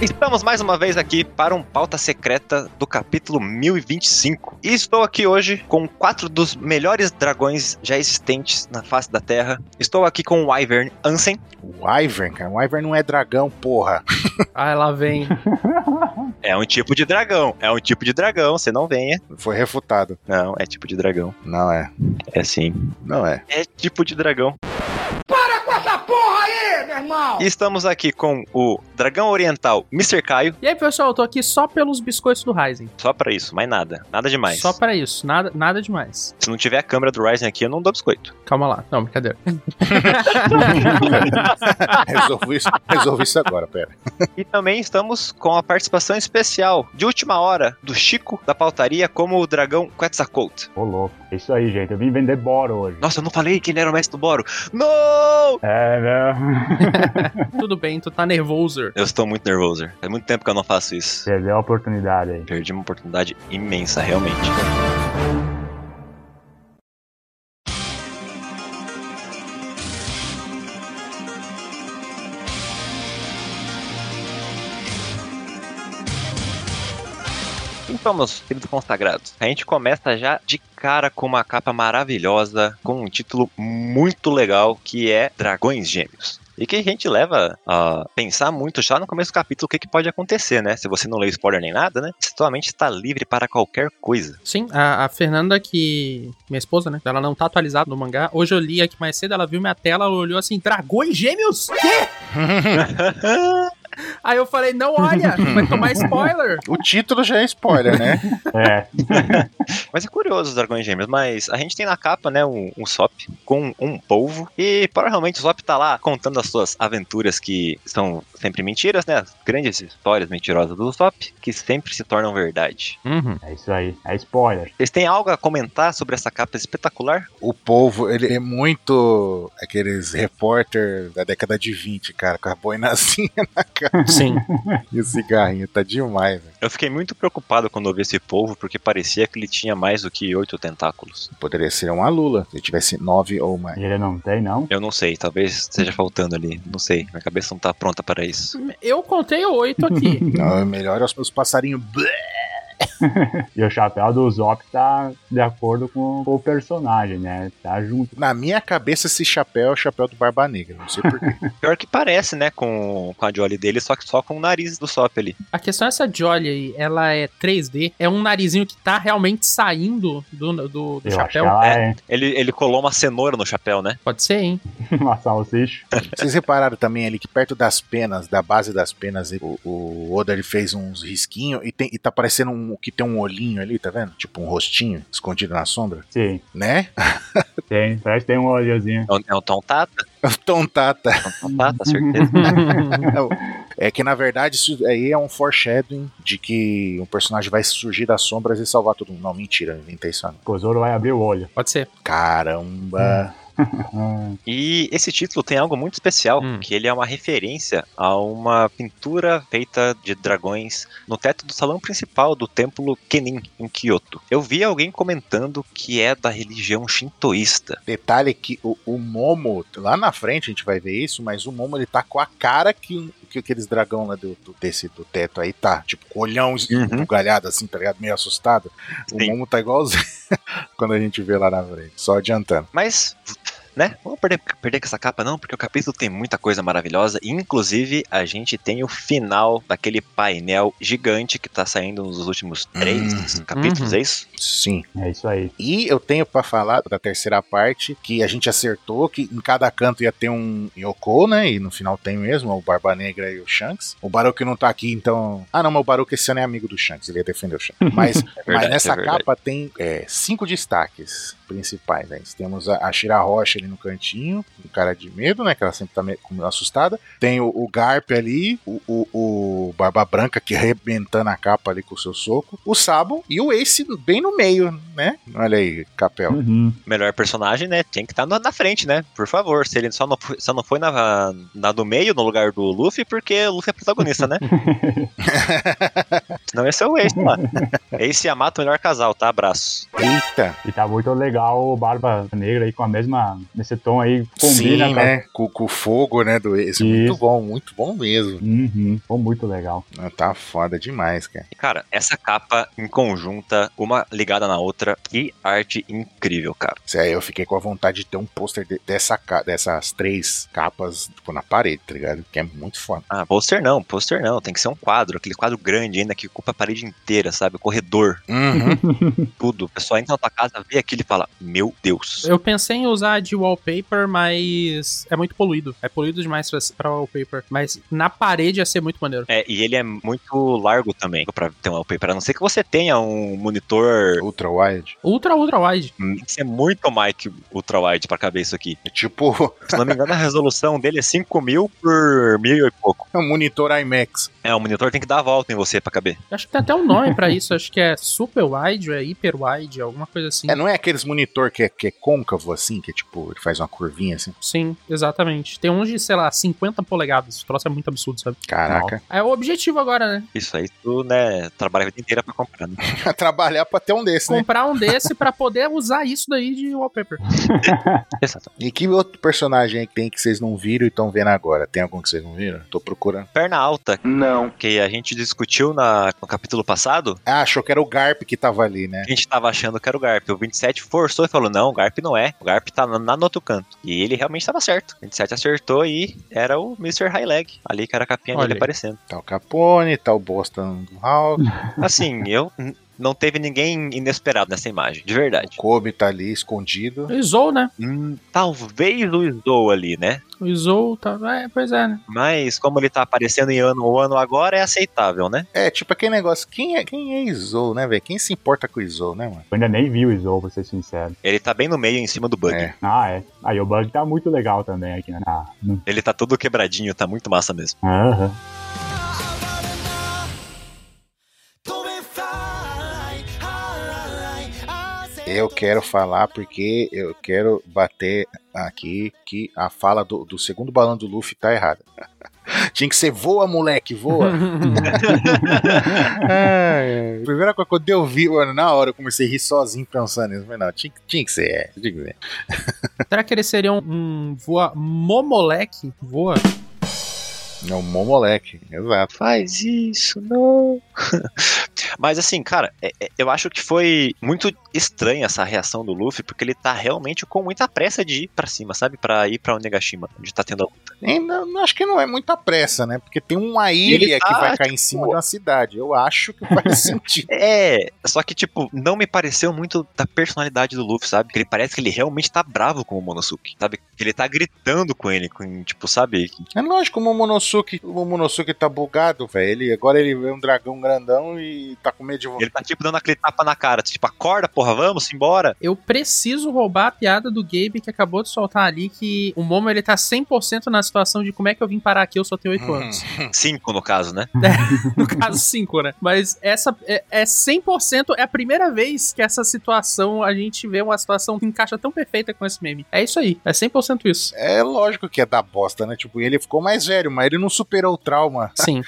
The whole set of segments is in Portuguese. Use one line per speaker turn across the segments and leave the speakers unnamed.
Estamos mais uma vez aqui para um pauta secreta do capítulo 1025. E estou aqui hoje com quatro dos melhores dragões já existentes na face da Terra. Estou aqui com o Wyvern Ansem.
Wyvern, cara. Wyvern não é dragão, porra.
Ah, lá vem.
É um tipo de dragão. É um tipo de dragão, você não venha.
Foi refutado.
Não, é tipo de dragão.
Não é.
É sim.
Não é.
É tipo de dragão.
meu irmão!
E estamos aqui com o dragão oriental Mr. Caio.
E aí, pessoal, eu tô aqui só pelos biscoitos do Ryzen.
Só pra isso, mais nada. Nada demais.
Só pra isso, nada, nada demais.
Se não tiver a câmera do Ryzen aqui, eu não dou biscoito.
Calma lá. Não, brincadeira.
Resolvi isso, resolvi isso agora, pera.
E também estamos com a participação especial de última hora do Chico da pautaria como o dragão Quetzalcoatl.
Ô, louco. É isso aí, gente. Eu vim vender boro hoje.
Nossa, eu não falei que ele era o mestre do Boro. Não!
É, né?
Tudo bem, tu tá nervoso.
Eu estou muito nervoso. Faz muito tempo que eu não faço
É.
isso.
Perdeu a oportunidade aí.
Perdi uma oportunidade imensa, realmente. Então, meus queridos consagrados, a gente começa já de cara com uma capa maravilhosa, com um título muito legal, que é Dragões Gêmeos. E que a gente leva a pensar muito já no começo do capítulo o que, que pode acontecer, né? Se você não lê spoiler nem nada, né? Você tua mente está livre para qualquer coisa.
Sim, a, a Fernanda, que. Minha esposa, né? Ela não tá atualizada no mangá. Hoje eu li aqui mais cedo, ela viu minha tela, ela olhou assim: Dragões Gêmeos? Quê? Aí eu falei: Não olha, vai tomar spoiler.
O título já é spoiler, né?
É.
Mas é curioso os dragões gêmeos, mas a gente tem na capa, né, um, um Sop com um polvo. E provavelmente o Sop tá lá contando as suas aventuras que são sempre mentiras, né? As grandes histórias mentirosas do Sop, que sempre se tornam verdade.
Uhum.
É isso aí. É spoiler.
Vocês têm algo a comentar sobre essa capa espetacular?
O povo, ele é muito aqueles repórter da década de 20, cara, com a boinazinha na cara
Sim.
e o cigarrinho. Tá demais, velho.
Eu fiquei muito preocupado quando eu vi esse polvo, porque parecia que ele tinha mais do que oito tentáculos.
Poderia ser uma lula, se tivesse nove ou mais.
E Ele não tem, não?
Eu não sei, talvez esteja faltando ali. Não sei, minha cabeça não tá pronta para isso.
Eu contei oito aqui.
Não, é melhor os, os passarinhos. Blé.
E o chapéu do Zop tá de acordo com, com o personagem, né? Tá junto.
Na minha cabeça, esse chapéu é o chapéu do Barba Negra. Não sei porquê.
Pior que parece, né, com, com a Jolly dele, só que só com o nariz do Sop ali.
A questão é essa Jolly aí, ela é 3D, é um narizinho que tá realmente saindo do, do, do
Eu acho que
chapéu.
ela é
Ele, ele colou uma cenoura no chapéu, né?
Pode ser, hein?
uma salsicha.
Vocês repararam também ali que perto das penas, da base das penas, ele- o, o Oda ele fez uns risquinhos e, tem- e tá parecendo um, que tem um olhinho ali, tá vendo? Tipo um rostinho escondido na sombra,
Sim,
né?
tem. Parece que tem um olhozinho.
É o- É o Tom Tata?
Tom Tata.
É o Tom Tata, certeza.
tá, É que na verdade isso aí é um foreshadowing de que um personagem vai surgir das sombras e salvar todo mundo. Não, mentira, não inventei isso não.
O Zoro vai abrir o olho.
Pode ser.
Caramba!
E esse título tem algo muito especial,
Hum.
que ele é uma referência a uma pintura feita de dragões no teto do salão principal do templo Kenin, em Kyoto. Eu vi alguém comentando que é da religião shintoísta.
Detalhe que o, o Momo, lá na frente a gente vai ver isso, mas o Momo ele tá com a cara que, que aqueles dragão lá do, do, desse, do teto aí tá. Tipo, com o olhão
Uhum.
bugalhado assim, tá ligado? Meio assustado. O
Sim.
Momo tá igualzinho quando a gente vê lá na frente. Só adiantando.
Mas, né? Vamos perder, perder com essa capa, não, porque o capítulo tem muita coisa maravilhosa. E, inclusive, a gente tem o final daquele painel gigante que tá saindo nos últimos três
Uhum.
capítulos,
Uhum.
é isso?
Sim.
É isso aí.
E eu tenho pra falar da terceira parte, que a gente acertou que em cada canto ia ter um Yoko, né? E no final tem mesmo, o Barba Negra e o Shanks. O Baruch não tá aqui, então. Ah, não, mas o Baruch esse ano é amigo do Shanks, ele ia defender o Shanks. Mas, mas
verdade,
nessa
é verdade.
capa tem é, cinco destaques principais. Né? Temos a, a Shira Rocha ali no cantinho, um cara de medo, né? Que ela sempre tá meio, como assustada. Tem o, o Garp ali, o, o- o Barba Branca que arrebentando a capa ali com o seu soco. O Sabo e o Ace bem no meio, né? Olha aí, Capel.
Uhum.
melhor personagem, né? Tinha que estar na frente, né? Por favor. Se ele só não, foi- só não foi na, na do meio, no lugar do Luffy, porque o Luffy é protagonista, né? é Senão ia ser o Ace lá. Ace e Yamato, melhor casal, tá? Abraço.
Eita!
E tá muito legal o Barba Negra aí com a mesma. Nesse tom aí, combina
Sim,
com a-
né? Com, com o fogo, né? Do esse. Muito
Isso.
bom, muito bom mesmo.
Uhum, ficou muito legal.
Ah, Tá foda demais, cara.
E, Cara, essa capa em conjunta, uma ligada na outra, que arte incrível, cara.
Isso aí, eu fiquei com a vontade de ter um pôster de- dessa, ca- dessas três capas tipo, na parede, tá ligado? Que é muito foda.
Ah, pôster não, pôster não, tem que ser um quadro, aquele quadro grande ainda que ocupa a parede inteira, sabe? O corredor,
Uhum.
tudo. O pessoal entra na tua casa, vê aquilo e fala: Meu Deus.
Eu pensei em usar de wallpaper, mas é muito poluído. É poluído demais pra, pra wallpaper. Mas na parede ia ser muito maneiro.
É, e ele é muito largo também pra ter um wallpaper. A não ser que você tenha um monitor.
Ultra Wild.
Ultra, ultra wide.
Tem que ser muito Mike ultrawide pra caber isso aqui.
Tipo,
Se não me engano, a resolução dele é 5 mil por mil e pouco.
é um monitor IMAX.
É, o monitor tem que dar a volta em você pra caber.
Acho que tem até um nome pra isso. Acho que é super wide, é hiper wide, alguma coisa assim.
É, não é aqueles monitor que é, que é côncavo assim, que é tipo, ele faz uma curvinha assim.
Sim, exatamente. Tem uns de, sei lá, 50 polegadas. Esse troço é muito absurdo, sabe?
Caraca.
É o objetivo agora, né?
Isso aí, tu, né, trabalha a vida inteira pra comprar, né?
Trabalhar pra ter um desse, né?
Comprar um desse pra poder usar isso daí de wallpaper.
Exato.
E que outro personagem aí que tem que vocês não viram e estão vendo agora? Tem algum que vocês não viram? Tô procurando.
Perna alta,
Não.
que a gente discutiu na, no capítulo passado,
Ah, achou que era o Garp que tava ali, né?
a gente tava achando que era o Garp. O 27 forçou e falou: não, o Garp não é. O Garp tá na, lá no outro canto. E ele realmente tava certo. O 27 acertou e era o Mr. High Leg. Ali que era a capinha
Olha
dele
aí.
aparecendo.
Tá o Capone, tá o Boston do Hulk,
Assim, eu. n- Não teve ninguém inesperado nessa imagem, de
o
verdade.
Kobe tá ali escondido.
O Izou, né?
Hum, talvez o Izou ali, né?
O Izou tá. É, pois é, né?
Mas como ele tá aparecendo em ano o ano agora, é aceitável, né?
É, tipo aquele negócio, quem é, quem é Izou, né, velho? Quem se importa com Izou, né, mano?
Eu ainda nem vi o Izou, pra ser sincero.
Ele tá bem no meio, em cima do bug.
É.
Ah, é. Aí o Bug tá muito legal também aqui, né? Ah, uhum. no-
Ele tá todo quebradinho, tá muito massa mesmo.
Aham.
Eu quero falar porque eu quero bater aqui que a fala do, do segundo balão do Luffy tá errada. Tinha que ser voa, moleque, voa. É, primeira coisa, quando eu vi, mano, na hora eu comecei a rir sozinho pensando nisso. Mas não, tinha, que- tinha que ser, é. Tinha que ser.
Será que ele seria um, um voa. Momoleque? Voa?
É um bom moleque, exato.
Faz isso, não. Mas assim, cara, é- é- eu acho que foi muito estranha essa reação do Luffy, porque ele tá realmente com muita pressa de ir pra cima, sabe? Pra ir pra Onegashima, onde tá tendo a luta.
E não- não- acho que não é muita pressa, né? Porque tem uma
ele
ilha que
tá,
vai cair em cima de uma cidade. Eu acho que faz sentido.
É, só que, tipo, não me pareceu muito da personalidade do Luffy, sabe? Ele parece que ele realmente tá bravo com o Monosuke, sabe? Ele tá gritando com ele, com, tipo, sabe?
É lógico, o Momonosuke, o Momonosuke tá bugado, velho. Ele- Agora ele é um dragão grandão e tá com medo de
Ele tá tipo dando aquele tapa na cara, tipo, acorda, porra, vamos embora.
Eu preciso roubar a piada do Gabe que acabou de soltar ali que o Momo ele tá 100% na situação de como é que eu vim parar aqui, eu só tenho 8
Uhum.
anos.
Cinco, no caso, né?
No caso, 5, né? Mas essa é, é 100%, é a primeira vez que essa situação, a gente vê uma situação que encaixa tão perfeita com esse meme. É isso aí, é 100% isso.
É lógico que é da bosta, né? Tipo, ele ficou mais velho, mas ele não superou o trauma.
Sim.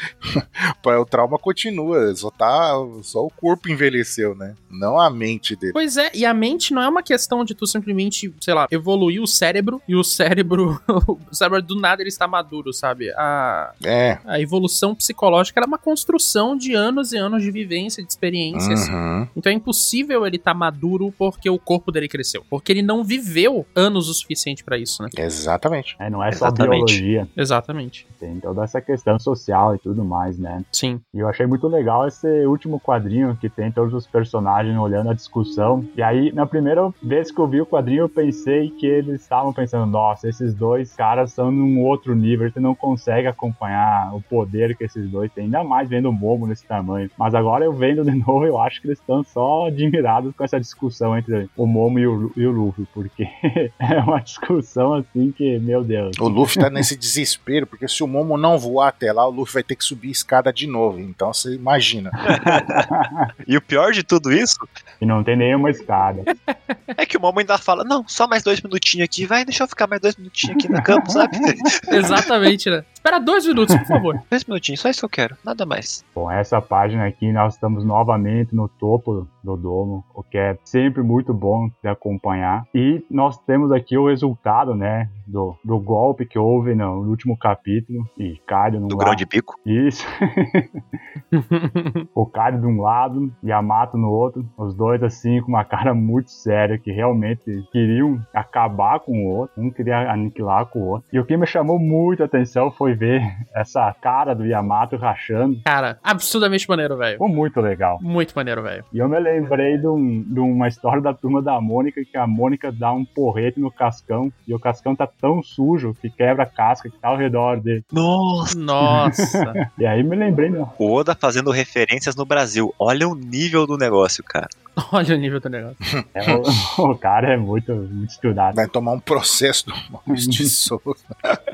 O trauma continua, só tá. Só o corpo envelheceu, né? Não a mente dele.
Pois é, e a mente não é uma questão de tu simplesmente, sei lá, evoluir o cérebro e o cérebro, o cérebro do nada ele está maduro, sabe? A,
É.
a evolução psicológica ela é uma construção de anos e anos de vivência, de experiências.
Uhum.
Então é impossível ele estar maduro porque o corpo dele cresceu. Porque ele não viveu anos o suficiente pra isso, né?
Exatamente.
É, não é só
Exatamente.
biologia,
Exatamente.
tem toda essa questão social e tudo mais, né?
Sim.
E eu achei muito legal esse último quadrinho que tem todos os personagens olhando a discussão. E aí, na primeira vez que eu vi o quadrinho, eu pensei que eles estavam pensando: nossa, esses dois caras são num outro nível, você não consegue acompanhar o poder que esses dois têm, ainda mais vendo o Momo nesse tamanho. Mas agora eu vendo de novo, eu acho que eles estão só admirados com essa discussão entre o Momo e o, Lu- e o Luffy, porque é uma discussão assim que, meu Deus.
O Luffy tá nesse desespero, porque se o Momo não voar até lá, o Luffy vai ter que subir a escada de novo. Então você imagina.
E o pior de tudo isso
E não tem nenhuma escada.
é que o Momo ainda fala: não, só mais dois minutinhos aqui, vai, deixa eu ficar mais dois minutinhos aqui no campo, sabe?
Exatamente, né? Espera dois minutos, por favor.
Dois minutinhos, só isso que eu quero, nada mais.
Bom, essa página aqui nós estamos novamente no topo do domo, o que é sempre muito bom de acompanhar. E nós temos aqui o resultado, né, do, do golpe que houve no último capítulo. E Cádio no
Do grão de bico.
Isso. o Cádio de um lado e a Mato no outro. Os dois, assim, com uma cara muito séria, que realmente queriam acabar com o outro. Um queria aniquilar com o outro. E o que me chamou muito a atenção foi ver essa cara do Yamato rachando.
Cara, absurdamente maneiro, velho.
Ficou muito legal.
Muito maneiro, velho.
E eu me lembrei de, um- de uma história da turma da Mônica, que a Mônica dá um porrete no Cascão, e o Cascão tá tão sujo que quebra a casca que tá ao redor dele.
Nossa!
Nossa.
E aí me lembrei, né?
O Oda fazendo referências no Brasil. Olha o nível do negócio, cara.
Olha o nível do negócio.
É, o, o cara é muito, muito estudado.
Vai tomar um processo do Maurício de Souza.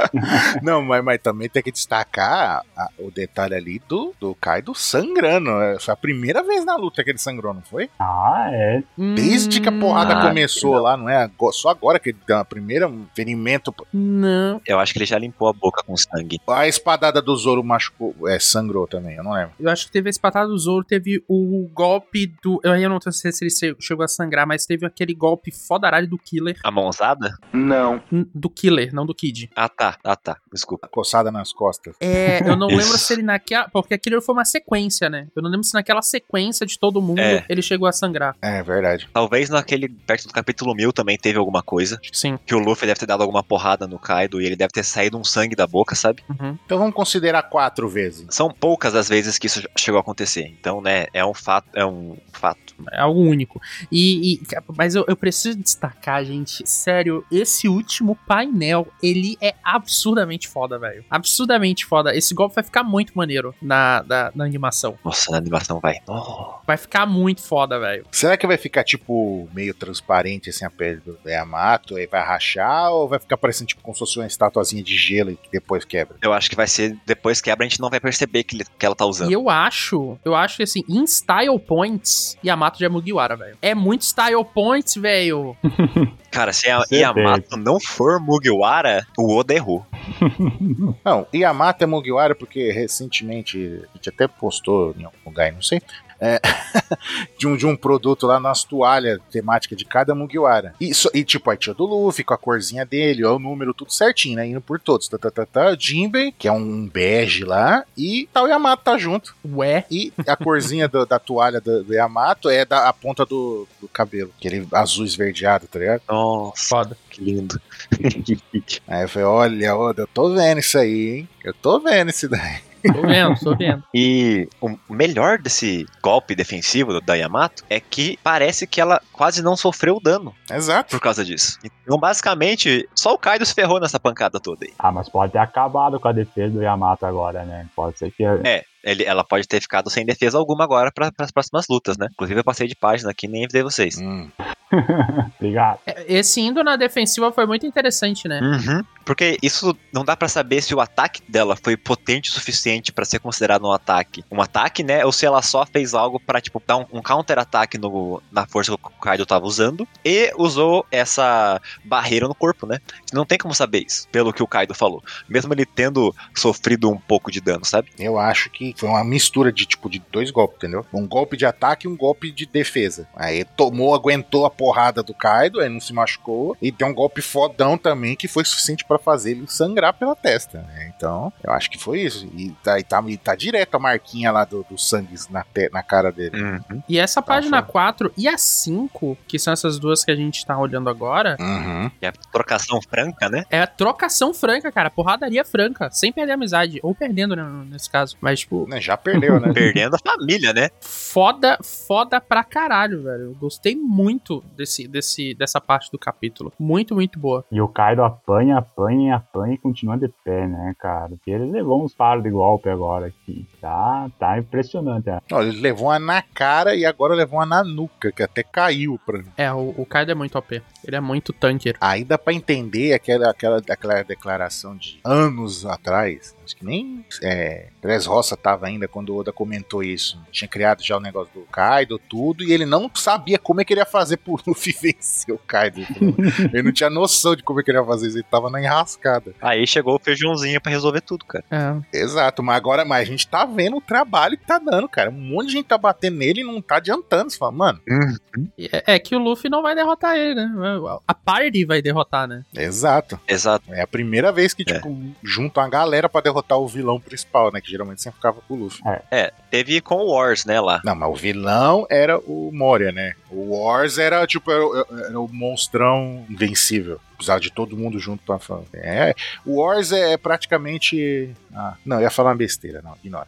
Não, mas, mas também tem que destacar a- o detalhe ali do, do Kaido sangrando. É, Foi a primeira vez na luta que ele sangrou, não foi?
Ah, é.
Desde
Hum,
que a porrada
Ah,
começou lá, não é? Agora- Só agora que ele deu a primeira um ferimento.
Não.
Eu acho que ele já limpou a boca com sangue.
A espadada do Zoro machucou, é, sangrou também, eu não lembro.
Eu acho que teve a espatada do Zoro, teve o golpe do. Eu ainda não sei se ele se- chegou a sangrar, mas teve aquele golpe fodaralho do Killer.
A mãozada?
Hum, Do Killer, não do Kid.
Ah tá, ah tá, desculpa.
Coçada nas costas.
É, eu não
Isso.
lembro se ele naquela. Porque aquilo foi uma sequência, né? Eu não lembro se naquela sequência de todo mundo
É.
ele chegou a sangrar.
É verdade.
Talvez naquele perto do capítulo 1000 também teve alguma coisa.
Acho que sim.
Que o Luffy deve ter dado alguma porrada no Kaido e ele deve ter saído um sangue da boca, sabe?
Uhum.
Então vamos considerar quatro vezes.
São poucas as vezes que isso chegou a acontecer. Então, né, é um fato. É um fato.
É algo único. E, e- mas eu, eu preciso destacar, gente, sério, esse último painel, ele é absurdamente foda, velho. Absurdamente foda. Esse golpe vai ficar muito maneiro na, na, na animação.
Nossa, na animação vai. Oh.
Vai ficar muito foda, velho.
Será que vai ficar, tipo, meio transparente, assim, a pele do Yamato, aí vai rachar, ou vai ficar parecendo, tipo, como se fosse uma estatuazinha de gelo e que depois quebra?
Eu acho que vai ser. Depois quebra, a gente não vai perceber que, ele- que ela tá usando.
E eu acho, eu acho que assim, em style points, Yamato já é Mugiwara, velho. É muito style points, velho.
Cara, se a
Certeza.
Yamato não for Mugiwara, o Oda errou.
Não, Yamato é Mugiwara porque recentemente, a gente até postou em algum lugar, não sei, é, de, um, de um produto lá nas toalhas temática de cada Mugiwara. E, só- e, tipo, a tia do Luffy, com a corzinha dele, ó, o número, tudo certinho, né, indo por todos. Tá, tá, tá, tá, Jinbei, que é um bege lá, e tal Yamato tá junto.
Ué.
E a corzinha do- da toalha do, do Yamato é da, a ponta do, do cabelo. Aquele azul esverdeado, tá ligado?
Nossa,
Foda.
que lindo.
Aí eu falei, olha, Oda, eu tô vendo isso aí, hein? Eu tô vendo isso daí.
Tô vendo, tô vendo.
e o melhor desse golpe defensivo da Yamato é que parece que ela quase não sofreu dano
Exato.
por causa disso. Então, basicamente, só o Kaido se ferrou nessa pancada toda aí.
Ah, mas pode ter acabado com a defesa do Yamato agora, né? Pode ser que.
É, ele- ela pode ter ficado sem defesa alguma agora para as próximas lutas, né? Inclusive, eu passei de página aqui e nem avisei vocês.
Hum.
Obrigado.
É, Esse indo na defensiva foi muito interessante, né?
Uhum. Porque isso não dá pra saber se o ataque dela foi potente o suficiente pra ser considerado um ataque. Um ataque, né? Ou se ela só fez algo pra tipo, dar um, um counter-ataque no- na força que o Kaido tava usando e usou essa barreira no corpo, né? Não tem como saber isso, pelo que o Kaido falou. Mesmo ele tendo sofrido um pouco de dano, sabe?
Eu acho que foi uma mistura de tipo de dois golpes, entendeu? Um golpe de ataque e um golpe de defesa. Aí tomou, aguentou a porrada do Kaido, aí não se machucou. E deu um golpe fodão também que foi suficiente pra fazer ele sangrar pela testa, né? Então, eu acho que foi isso. E tá, e tá, e tá direto a marquinha lá do, do sangue na, te- na cara dele.
Uhum.
E essa página
foi.
4 e a 5, que são essas duas que a gente tá olhando agora,
Uhum.
E a trocação franca, né?
é trocação franca, cara. Porradaria franca, sem perder a amizade. Ou perdendo, né, nesse caso. Mas, tipo,
Né, Já perdeu, né?
Perdendo a família, né?
foda, foda pra caralho, velho. Eu gostei muito desse, desse, dessa parte do capítulo. Muito, muito boa.
E o Kaido apanha, apanha, apanha e continua de pé, né, cara? Porque ele levou uns paros de golpe agora aqui. Tá, tá impressionante. né?
Não, ele levou uma na cara e agora levou uma na nuca, que até caiu pra mim.
É, o, o Kaido é muito OP. Ele é muito tanker.
Aí dá pra entender aquela, aquela, aquela declaração de anos atrás. Acho que nem é, Dres Roça tava ainda quando o Oda comentou isso. Tinha criado já o negócio do Kaido, tudo, e ele não sabia como é que ele ia fazer pro o Luffy venceu o Kaido. Ele não tinha noção de como é que ele ia fazer isso, ele tava na enrascada.
Aí chegou o feijãozinho pra resolver tudo, cara.
É.
Exato, mas agora mas a gente tá vendo o trabalho que tá dando, cara. Um monte de gente tá batendo nele e não tá adiantando. Você fala, mano,
E É, é que o Luffy não vai derrotar ele, né? A party vai derrotar, né?
exato.
Exato.
É a primeira vez que,
É.
tipo, juntam a galera pra derrotar o vilão principal, né? Que geralmente sempre ficava com o Luffy.
É, teve com o Wars, né, lá.
Não, mas o vilão era o Moria, né? O Wars era, tipo, era, o- era o monstrão invencível. Precisava de todo mundo junto pra falar. É, o Wars é praticamente. Ah, não, eu ia falar uma besteira, não, ignora.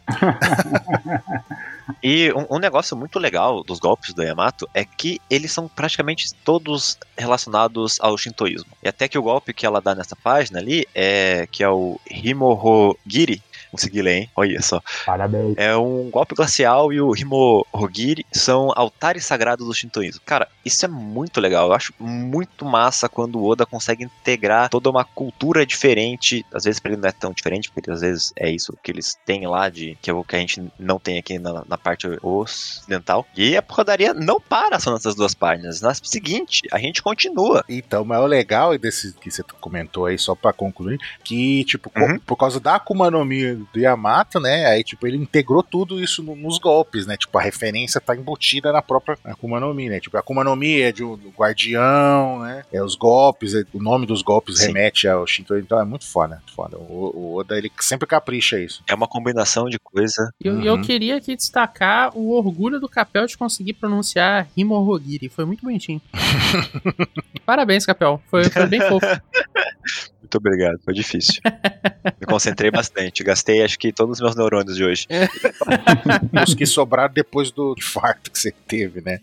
E um, um negócio muito legal dos golpes do Yamato é que eles são praticamente todos relacionados ao shintoísmo. E até que o golpe que ela dá nessa página ali é que é o Himohogiri. Consegui ler, hein? Olha só.
Parabéns.
É um golpe glacial e o Himohogiri são altares sagrados do Shintoísmo. Cara, isso é muito legal. Eu acho muito massa quando o Oda consegue integrar toda uma cultura diferente. Às vezes pra ele não é tão diferente, porque às vezes é isso que eles têm lá, de que é o que a gente não tem aqui na, na parte ocidental. E a rodaria não para só nessas duas páginas. Na seguinte, a gente continua.
Então, mas o legal desse que você comentou aí, só pra concluir, que, tipo, co-
Uhum.
por causa da Akuma no Mi do Yamato, né? Aí, tipo, ele integrou tudo isso no- nos golpes, né? Tipo, a referência tá embutida na própria Akuma no Mi, né? Tipo, a Akuma no Mi é de um do guardião, né? É os golpes, é- o nome dos golpes
Sim.
remete ao Shinto, então é muito foda, muito foda. O, o Oda, ele sempre capricha isso.
É uma combinação de coisa.
E eu, e eu
Uhum.
queria aqui destacar o orgulho do Capel de conseguir pronunciar Himohogiri. Foi muito bonitinho. Parabéns, Capel. Foi, foi bem fofo.
Muito obrigado, foi difícil. Me concentrei bastante. Gastei acho que todos os meus neurônios de hoje.
Os que sobraram depois do infarto que você teve, né?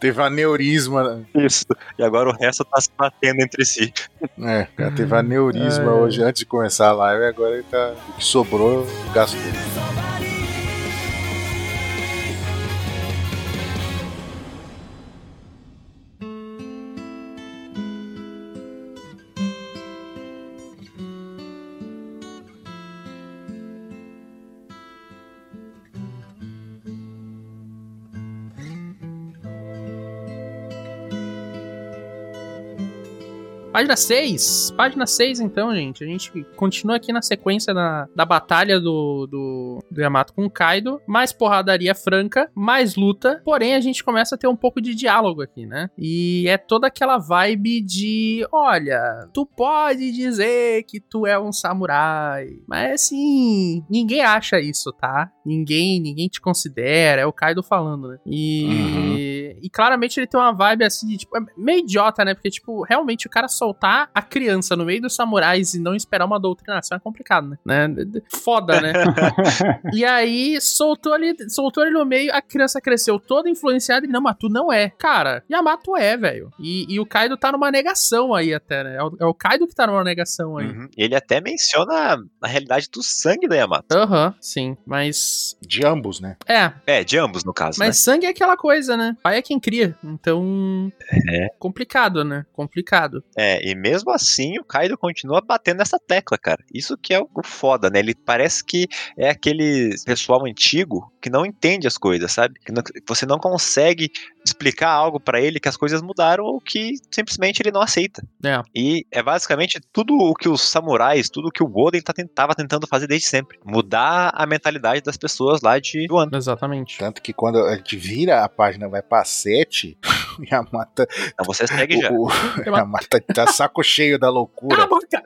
teve um aneurisma né.
Isso. E agora o resto tá se batendo entre si.
É, o cara teve aneurisma hoje antes de começar a live, agora ele tá. O que sobrou, gastou.
Página 6. Página 6, então, gente. A gente continua aqui na sequência da, da batalha do, do, do Yamato com o Kaido. Mais porradaria franca, mais luta. Porém, a gente começa a ter um pouco de diálogo aqui, né? E é toda aquela vibe de: olha, tu pode dizer que tu é um samurai. Mas assim, ninguém acha isso, tá? Ninguém, ninguém te considera. É o Kaido falando, né? E.
Uhum.
E, e claramente ele tem uma vibe assim, de, tipo, é meio idiota, né? Porque, tipo, realmente o cara soltar a criança no meio dos samurais e não esperar uma doutrinação é complicado, né? né? D- d- Foda, né? e aí soltou ele, soltou ele no meio, a criança cresceu toda influenciada e não, mas tu não é. Cara, Yamato é, velho. E, e o Kaido tá numa negação aí até, né? É o, é o Kaido que tá numa negação aí.
Uhum. Ele até menciona a realidade do sangue da Yamato.
Aham, sim. Mas.
De ambos, né?
É,
É, de ambos, no caso,
Mas
né?
sangue é aquela coisa, né? Pai é quem cria. Então.
É.
Complicado, né? Complicado.
É, e mesmo assim o Kaido continua batendo nessa tecla, cara. Isso que é o o foda, né? Ele parece que é aquele pessoal antigo que não entende as coisas, sabe? Que não- que você não consegue explicar algo pra ele que as coisas mudaram ou que simplesmente ele não aceita.
É.
E é basicamente tudo o que os samurais, tudo o que o Oden tá, ten- tava tentando fazer desde sempre. Mudar a mentalidade das pessoas lá de Wano.
Exatamente.
Tanto que quando a gente vira a página, vai pra 7, o Yamata.
Então você segue já.
O, o Yamata tá saco cheio da
Cala a
loucura.
boca!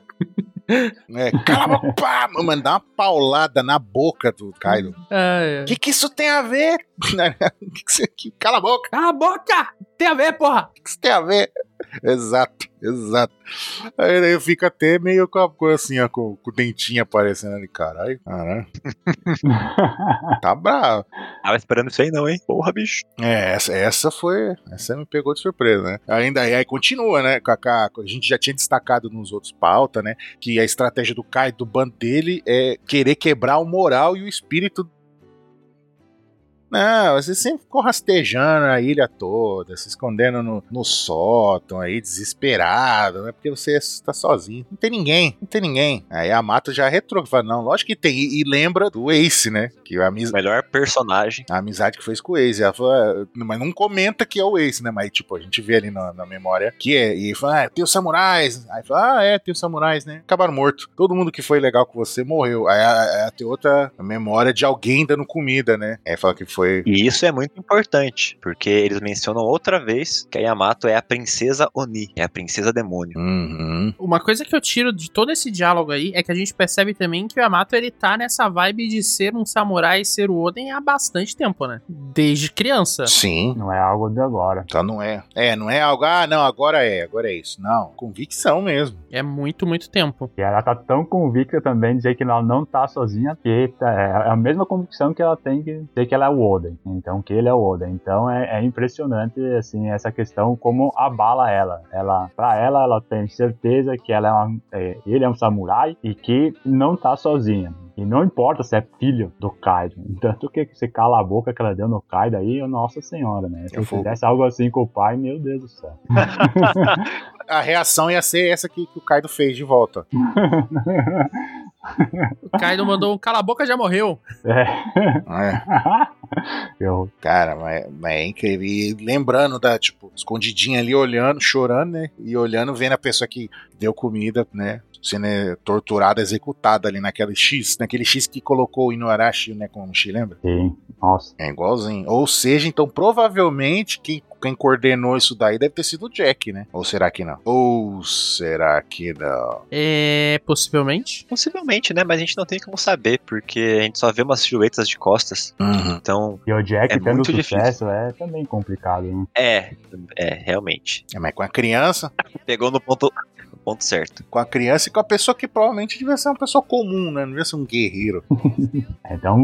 né? Cala a boca, pá, mano, dá uma paulada na boca do Kaido.
É,
O
é.
que, que isso tem a ver? Que que isso- que- Cala a boca,
é. Cala a boca! Tem a ver, porra!
o que isso tem a ver? Exato, exato. Aí ele fica até meio com a coisa assim, ó, com, com o dentinho aparecendo ali, caralho. Caralho. Tá bravo.
Tava esperando isso aí não, hein? Porra, bicho.
É, essa, essa foi. Essa me pegou de surpresa, né? Ainda aí continua, né? com A, com a- a gente já tinha destacado nos outros pauta, né? Que a estratégia do Kai, do bando dele, é querer quebrar o moral e o espírito Não, você sempre ficou rastejando a ilha toda, se escondendo no, no sótão aí, desesperado, né? Porque você está sozinho. Não tem ninguém, não tem ninguém. Aí a Mato já retro, fala, não, lógico que tem. E, e lembra do Ace, né? Que a, amiz-
Melhor personagem.
a amizade que fez com o Ace. Ela falou, ah, mas não comenta que é o Ace, né? Mas, tipo, a gente vê ali na, na memória que é. E fala, ah, tem os samurais. Aí fala, ah, é, tem os samurais, né? Acabaram morto. Todo mundo que foi legal com você morreu. Aí a- a- tem outra memória de alguém dando comida, né? Aí fala que foi
E isso é muito importante, porque eles mencionam outra vez que a Yamato é a princesa Oni, é a princesa demônio.
Uhum.
Uma coisa que eu tiro de todo esse diálogo aí é que a gente percebe também que o Yamato ele tá nessa vibe de ser um samurai e ser o Oden há bastante tempo, né? Desde criança.
Sim.
Não é algo de agora.
Então não é. É, não é algo, ah, não, agora é, agora é isso. Não, convicção mesmo.
É muito, muito tempo.
E ela tá tão convicta também de dizer que ela não tá sozinha, que tá- é a mesma convicção que ela tem de dizer que ela é o Oden. Então, que ele é o Oden. Então, é, é impressionante, assim, essa questão, como abala ela. ela pra ela, ela tem certeza que ela é uma, é, ele é um samurai e que não tá sozinha. E não importa se é filho do Kaido. Tanto que você cala a boca que ela deu no Kaido aí, nossa senhora, né? Se
Eu
eu
vou-
fizesse algo assim com o pai, meu Deus do céu.
A reação ia ser essa que, que o Kaido fez de volta.
O Kaido mandou um cala a boca já morreu.
É.
É,
Eu
cara, mas, mas é incrível. E lembrando da, tipo, escondidinha ali, olhando, chorando, né? E olhando, vendo a pessoa que deu comida, né? Sendo eh, torturada, executada ali naquele X, naquele X que colocou o Inuarashi, né? Como X, lembra?
Sim, nossa.
É igualzinho. Ou seja, então provavelmente quem, quem coordenou isso daí deve ter sido o Jack, né? Ou será que não? Ou será que não?
É. Possivelmente.
Possivelmente, né? Mas a gente não tem como saber, porque a gente só vê umas silhuetas de costas. Então,
E o Jack
É
tendo
muito
sucesso
difícil.
é também complicado, né?
é, é, realmente.
É, mas com a criança,
Pegou no ponto, no ponto certo.
com a criança e com a pessoa que provavelmente devia ser uma pessoa comum, né? Não devia ser um guerreiro. né?
Então,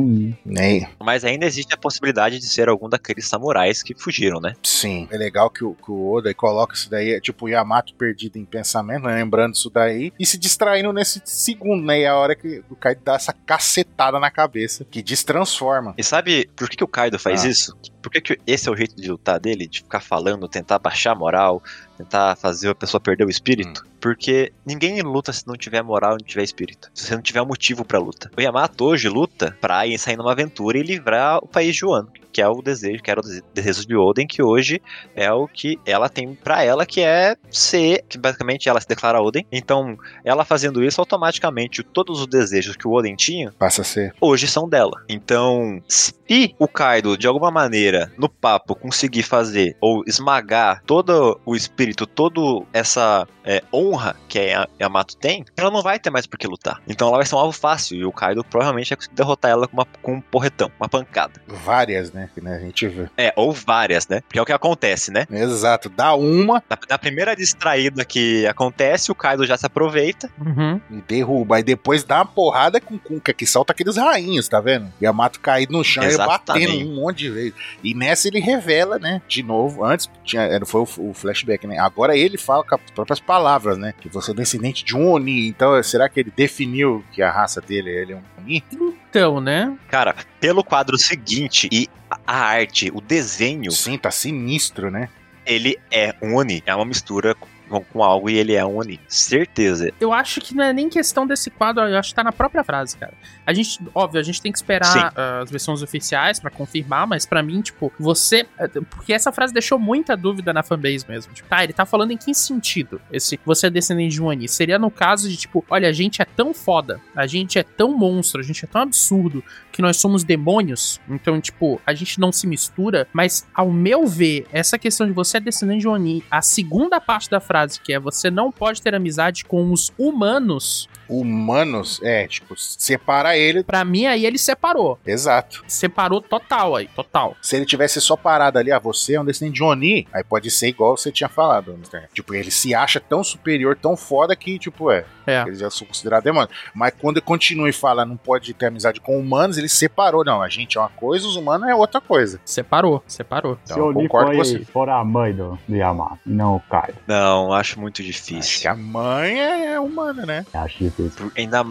Nem.
Mas ainda existe a possibilidade de ser algum daqueles samurais que fugiram, né?
Sim. É legal que o, que o Oda coloca isso daí, é tipo o Yamato perdido em pensamento, né? lembrando isso daí, e se distraindo nesse segundo, né? E é a hora que o Kaido dá essa cacetada na cabeça, que destransforma.
E sabe por que, que o Kaido faz
Ah.
isso? Por que, que esse é o jeito de lutar dele? De ficar falando, tentar baixar a moral, tentar fazer a pessoa perder o espírito? Porque ninguém luta se não tiver moral e não tiver espírito. Se você não tiver um motivo pra luta. O Yamato hoje luta pra ir sair numa aventura e livrar o país de Wano. Que é o desejo, que era o dese- desejo de Oden, que hoje é o que ela tem pra ela, que é ser, que basicamente ela se declara Oden. Então, ela fazendo isso, automaticamente todos os desejos que o Oden tinha
Passa a ser.
hoje são dela. Então, se o Kaido, de alguma maneira, no papo, conseguir fazer ou esmagar todo o espírito, toda essa é, honra que a Yamato tem, ela não vai ter mais por que lutar. Então ela vai ser um alvo fácil e o Kaido provavelmente vai conseguir derrotar ela com, uma- com um porretão, uma pancada.
Várias, né? Que, né, a gente vê.
É, ou várias, né? Porque é o que acontece, né?
Exato. Dá uma,
Na, na primeira distraída que acontece, o Kaido já se aproveita.
Uhum.
E derruba. E depois dá uma porrada com o Kuka, que solta aqueles rainhos, tá vendo? E a Mato caído no chão e
Exatamente.
batendo um monte de vezes. E nessa ele revela, né? De novo, antes tinha, era- foi o, o flashback, né? Agora ele fala com as próprias palavras, né? Que você é descendente de um Oni. Então, será que ele definiu que a raça dele ele é um Oni?
Então, né?
Cara, pelo quadro seguinte e a- a arte, o desenho
Sim, tá sinistro, né?
ele é um Oni. É uma mistura com, com algo e ele é um Oni. Certeza.
Eu acho que não é nem questão desse quadro, eu acho que tá na própria frase, cara. A gente, óbvio, a gente tem que
Sim.
esperar ah, as versões oficiais pra confirmar, mas pra mim, tipo, você. Porque essa frase deixou muita dúvida na fanbase mesmo. Tipo, tá, ele tá falando em que sentido esse você é descendente de um Oni? Seria no caso de, tipo, olha, a gente é tão foda, a gente é tão monstro, a gente é tão absurdo, que nós somos demônios, então, tipo, a gente não se mistura, mas ao meu ver, essa questão de você é descendente de Oni, a segunda parte da frase, que é você não pode ter amizade com os humanos,
Humanos, é, tipo, separa ele.
pra mim aí ele separou.
Exato.
Separou total aí, total.
Se ele tivesse só parado ali, ah, você é um descendente de Oni, né? aí pode ser igual você tinha falado, Mr. Tipo, ele se acha tão superior, tão foda que, tipo, é,
É.
Eles já são considerados demônios. Mas quando ele continua e fala não pode ter amizade com humanos, ele separou. Não, a gente é uma coisa, os humanos é outra coisa.
Separou, separou.
Então,
Se
eu
Oni
concordo com
foi,
você.
for a mãe do, do Yamato, e não o Kaido.
Não, acho muito
Acho
difícil.
que a mãe é, é humana, né?
Eu Acho difícil.
Por- ainda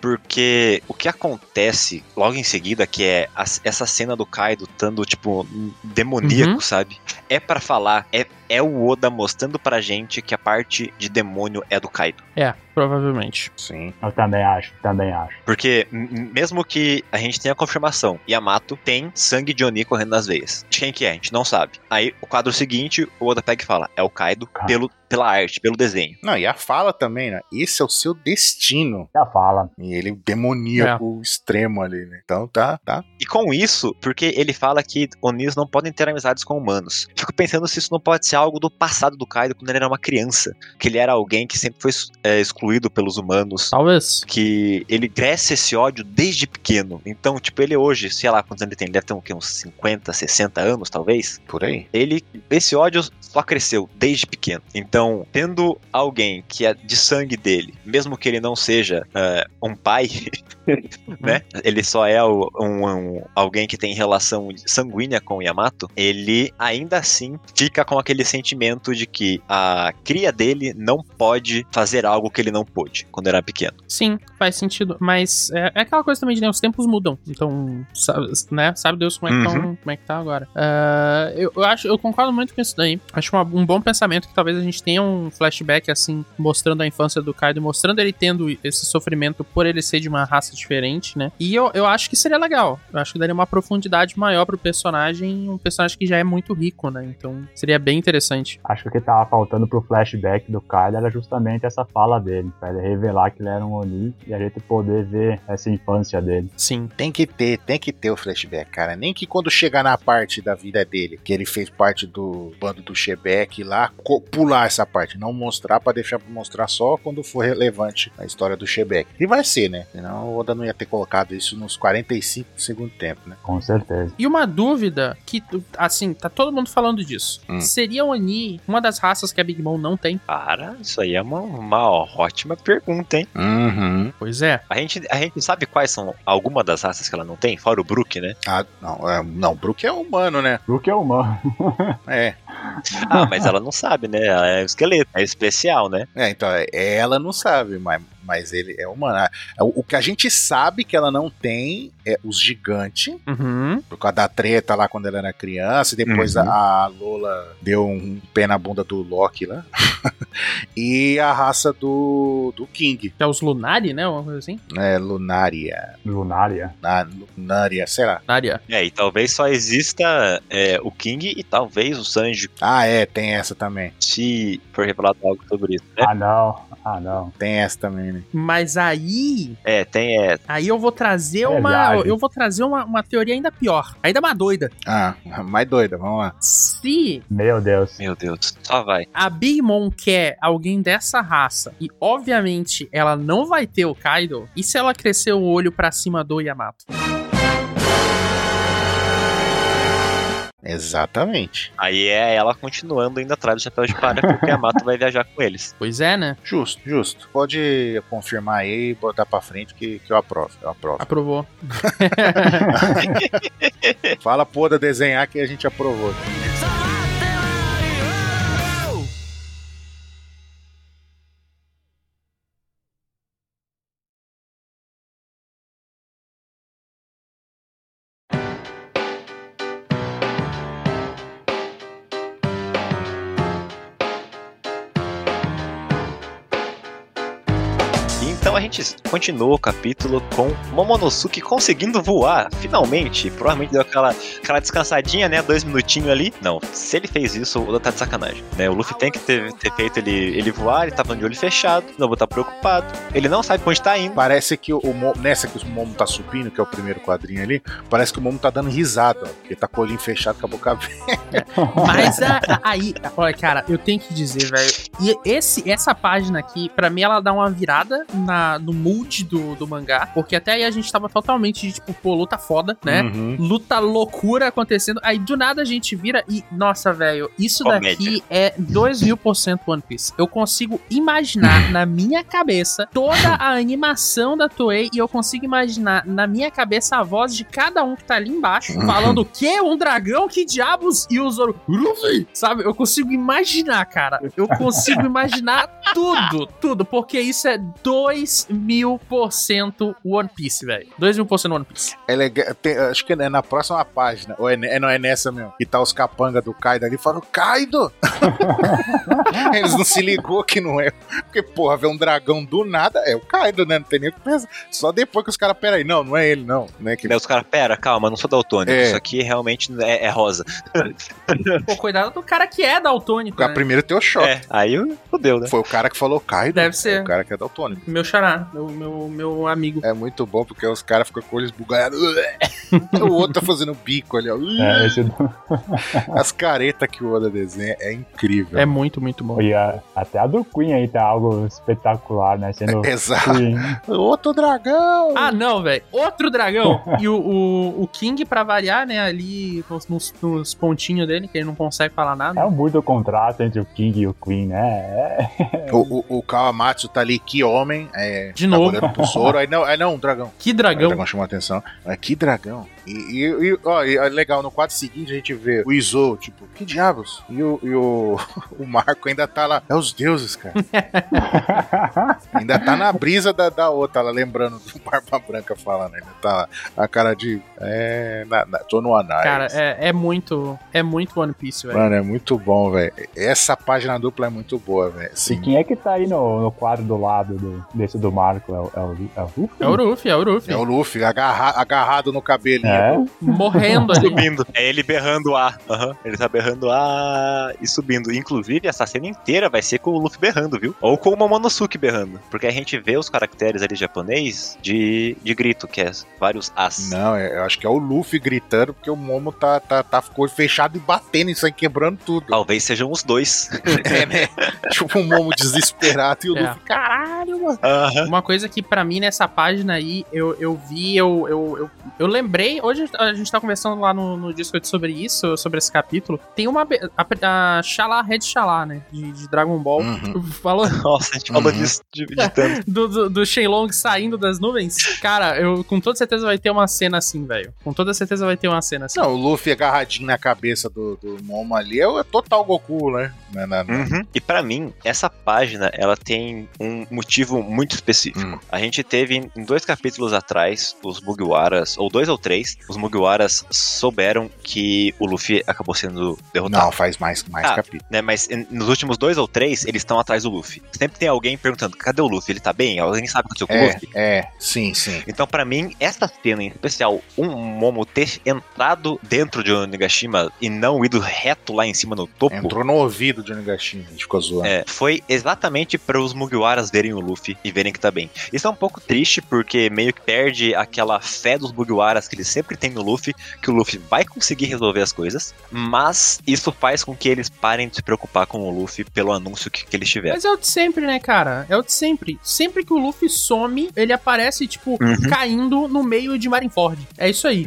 porque o que acontece logo em seguida que é a- essa cena do Kaido estando tipo n- demoníaco,
Uhum.
sabe? É pra falar, é, é o Oda mostrando pra gente que a parte de demônio é do Kaido.
É, provavelmente.
Sim.
Eu também acho, também acho.
Porque m- m- mesmo que a gente tenha a confirmação, Yamato tem sangue de Oni correndo nas veias. De quem que é? A gente não sabe. Aí o quadro seguinte, o Oda pega e fala, é o Kaido
Kaido.
pelo pela arte, pelo desenho.
Não, e a fala também, né? Esse é o seu destino.
Já fala.
E ele é demoníaco extremo ali, né? Então tá, tá.
E com isso, porque ele fala que Onis não podem ter amizades com humanos. Fico pensando se isso não pode ser algo do passado do Kaido quando ele era uma criança. Que ele era alguém que sempre foi é, excluído pelos humanos.
Talvez.
Que ele cresce esse ódio desde pequeno. Então, tipo, ele hoje, sei lá quantos anos ele tem, ele deve ter o quê, uns 50, 60 anos, talvez
Por aí.
ele esse ódio só cresceu desde pequeno. Então, tendo alguém que é de sangue dele, mesmo que ele não seja é, um pai, né? Ele só é o- um, um- alguém que tem relação sanguínea com o Yamato, ele ainda assim fica com aquele sentimento de que a cria dele não pode fazer algo que ele não pôde quando era pequeno.
Sim, faz sentido. Mas é, é aquela coisa também de né, os tempos mudam. Então, sabe, né? Sabe Deus como é que, tão- como é que tá agora. Ah, eu, eu acho, eu concordo muito com isso daí. Acho uma- um bom pensamento que talvez a gente tenha um flashback assim, mostrando a infância do Kaido, mostrando ele tendo esse sofrimento por ele ser de uma raça diferente, né? E eu, eu acho que seria legal. Eu acho que daria uma profundidade maior pro personagem, um personagem que já é muito rico, né? Então seria bem interessante.
Acho que o que tava faltando pro flashback do Kaido era justamente essa fala dele, pra ele revelar que ele era um Oni e a gente poder ver essa infância dele.
Sim.
Tem que ter, tem que ter o flashback, cara. Nem que quando chegar na parte da vida dele, que ele fez parte do bando do Shebeck lá, co- pular essa parte, não mostrar pra deixar pra mostrar só quando for relevante a história do Shebeck. E vai ser, né? Senão o Oda não ia ter colocado isso nos 45 do segundo tempo, né?
Com certeza.
E uma dúvida que, assim, tá todo mundo falando disso.
Hum.
Seria Oni uma das raças que a Big Mom não tem?
Cara, isso aí é uma, uma ótima pergunta, hein?
Uhum.
Pois é.
A gente, a gente sabe quais são alguma das raças que ela não tem, fora o Brook, né?
Ah, não, é, não, o Brook é humano, né?
O que é humano?
É.
Ah, mas ela não sabe, né? Ela é um esqueleto, é especial, né?
É, então, é- ela não sabe, mas, mas ele é humano. Ah, O, o que a gente sabe que ela não tem é os gigantes,
Uhum.
por causa da treta lá quando ela era criança, e depois
Uhum.
a, a Lola deu um pé na bunda do Loki lá. e a raça do, do King,
Que é os Lunari, né? Uma coisa assim.
né? Lunaria.
Lunária?
Na, Lunaria, sei lá.
Lunaria.
É, e talvez só exista é, o King e talvez o Sanji,
Ah, é, tem essa também.
se for revelado algo sobre isso, né?
Ah, não. Ah, não.
Tem essa também, né?
Mas aí,
É, tem é,
aí eu vou trazer
É
uma,
viagem.
eu vou trazer uma, uma teoria ainda pior, ainda mais doida.
Ah, mais doida, vamos lá.
Se
Meu Deus.
Meu Deus, só vai.
a Big Mom quer alguém dessa raça e obviamente ela não vai ter o Kaido, e se ela crescer o olho pra cima do Yamato?
Exatamente.
Aí é ela continuando indo atrás do chapéu de palha, porque a Mato vai viajar com eles.
Pois é, né?
Justo, justo. Pode confirmar aí e botar pra frente que, que eu aprovo. Eu aprovo.
Aprovou.
Fala poda desenhar que a gente aprovou.
E Então a gente continua o capítulo com Momonosuke conseguindo voar, finalmente. Provavelmente deu aquela, aquela descansadinha, né? Dois minutinhos ali. Não, se ele fez isso, o Oda tá de sacanagem. Né? O Luffy tem que ter, ter feito ele, ele voar, ele tava de olho fechado, o Nobu tá preocupado. Ele não sabe pra onde tá indo.
Parece que o Momo, nessa que o Momo tá subindo, que é o primeiro quadrinho ali, parece que o Momo tá dando risada, ó, porque tá com o olhinho fechado com a boca aberta.
Mas a- a- aí, olha, cara, eu tenho que dizer, velho. E esse, essa página aqui, pra mim, ela dá uma virada na, na, no mood do, do mangá, porque até aí a gente tava totalmente de, tipo, pô, luta foda, né?
Uhum.
Luta loucura acontecendo. Aí do nada a gente vira e, nossa, velho, isso
Comédia.
daqui é 2 mil por cento One Piece. Eu consigo imaginar na minha cabeça toda a animação da Toei e eu consigo imaginar na minha cabeça a voz de cada um que tá ali embaixo falando o quê? Um dragão? Que diabos? E o Zoro, Luffy! Sabe? Eu consigo imaginar, cara. Eu consigo imaginar tudo, tudo, porque isso é 2 mil por cento One Piece, velho. 2 mil por cento One Piece.
É legal, tem- acho que é na próxima página. Ou é, ne- é, não, é nessa mesmo. Que tá os capanga do Kaido ali falando, Kaido! Eles não se ligou que não é. Porque, porra, ver um dragão do nada é o Kaido, né? Não tem nem o que pensar. Só depois que os caras, peraí, não, não é ele, não. Né? Que
Daí os caras, pera, calma, eu não sou daltônico.
É.
Isso aqui realmente é, é rosa.
Pô, cuidado do cara que é daltônico,
Porque
né?
primeiro tem o choque.
É, aí fudeu, né?
Foi o cara que falou Kaido.
Deve ser.
É o cara que é daltônico.
Meu xará, meu, meu, meu amigo.
É muito bom porque os caras ficam com eles bugalhados. o outro tá fazendo bico ali, ó.
É, esse do-
As caretas que o Oda desenha é incrível.
É muito, muito bom.
E a- até a do Queen aí tá algo espetacular, né? Sendo
É, Exato.
Queen.
Outro dragão!
Ah, não, velho. Outro dragão. e o, o, o King, pra variar, né, ali nos, nos- nos pontinhos dele, que ele não consegue falar nada.
É um muito contraste entre o King e o Queen, né? É,
O, o, o Kawamatsu tá ali, que homem. É,
De
tá
novo.
olhando pro Zoro. Aí não, aí não, um dragão.
Que
Aí O
dragão.
dragão chamou a atenção. Mas que dragão. E, e- e, ó, e, ó, legal, no quadro seguinte a gente vê o Izo, tipo, que diabos? E o, e o, o Marco ainda tá lá. É os deuses, cara. ainda tá na brisa da, da outra, lá, lembrando do Barba Branca falando. Ainda tá lá, a cara de. É. Na, na, tô no anais.
Cara, é, é muito. É muito One Piece, velho.
Mano, é muito bom, velho. Essa página dupla é muito boa, velho.
E
Sim.
quem é que tá aí no, no quadro do lado do- desse do Marco? É o, é o, é o Luffy?
É o Ruffy, é o Ruffy.
É o Luffy agarra- agarrado no cabelinho.
É?
Morrendo ali.
Subindo. É ele berrando A. Aham. Ele tá berrando A e subindo. Inclusive, essa cena inteira vai ser com o Luffy berrando, viu? Ou com o Momonosuke berrando. Porque a gente vê os caracteres ali japonês de, de grito, que é vários As.
Não, é- eu acho que é o Luffy gritando, porque o Momo tá, tá, tá ficou fechado e batendo isso aí, quebrando tudo.
Talvez sejam os dois.
É, né? tipo o Momo desesperado e o
É.
Luffy, caralho, mano.
Aham.
Uma coisa que pra mim nessa página aí eu, eu vi, eu, eu, eu, eu lembrei. Hoje a gente tá conversando lá no, no Discord sobre isso, sobre esse capítulo. Tem uma. be- A, a Xalá, Red Xalá, né? De, de Dragon Ball.
Uhum.
Falou
Nossa, a gente falou
Uhum.
disso de, de tanto.
do, do, do Shenlong saindo das nuvens. Cara, eu com toda certeza vai ter uma cena assim, velho. Com toda certeza vai ter uma cena assim.
Não, o Luffy agarradinho na cabeça do, do Momo ali é, o- é total Goku, né? Na- na- na-
Uhum. E pra mim, essa página, ela tem um motivo muito específico.
Hum.
A gente teve em- em dois capítulos atrás, os Mugiwaras, ou dois ou três, os Mugiwaras souberam que o Luffy acabou sendo derrotado.
Não, faz mais, mais
Ah.
capítulo.
né? Mas em- nos últimos dois ou três, eles estão atrás do Luffy. Sempre tem alguém perguntando: cadê o Luffy? Ele tá bem? Alguém sabe o que aconteceu com o Luffy?
É, é, sim, sim.
Então, pra mim, essa cena em especial, um Momo ter entrado dentro de Onigashima e não ido reto lá em cima no topo,
Entrou no ouvido de Onigashima, a gente ficou zoando.
é, foi exatamente para os Mugiwaras verem o Luffy e verem que tá bem. Isso é um pouco triste, porque meio que perde aquela fé dos Mugiwaras que eles sempre têm no Luffy, que o Luffy vai conseguir resolver as coisas, mas isso faz com que eles parem de se preocupar com o Luffy pelo anúncio que, que eles tiveram.
Mas é o de sempre, né, cara? É o de sempre. Sempre que o Luffy some, ele aparece, tipo,
Uhum.
caindo no meio de Marineford. É isso aí.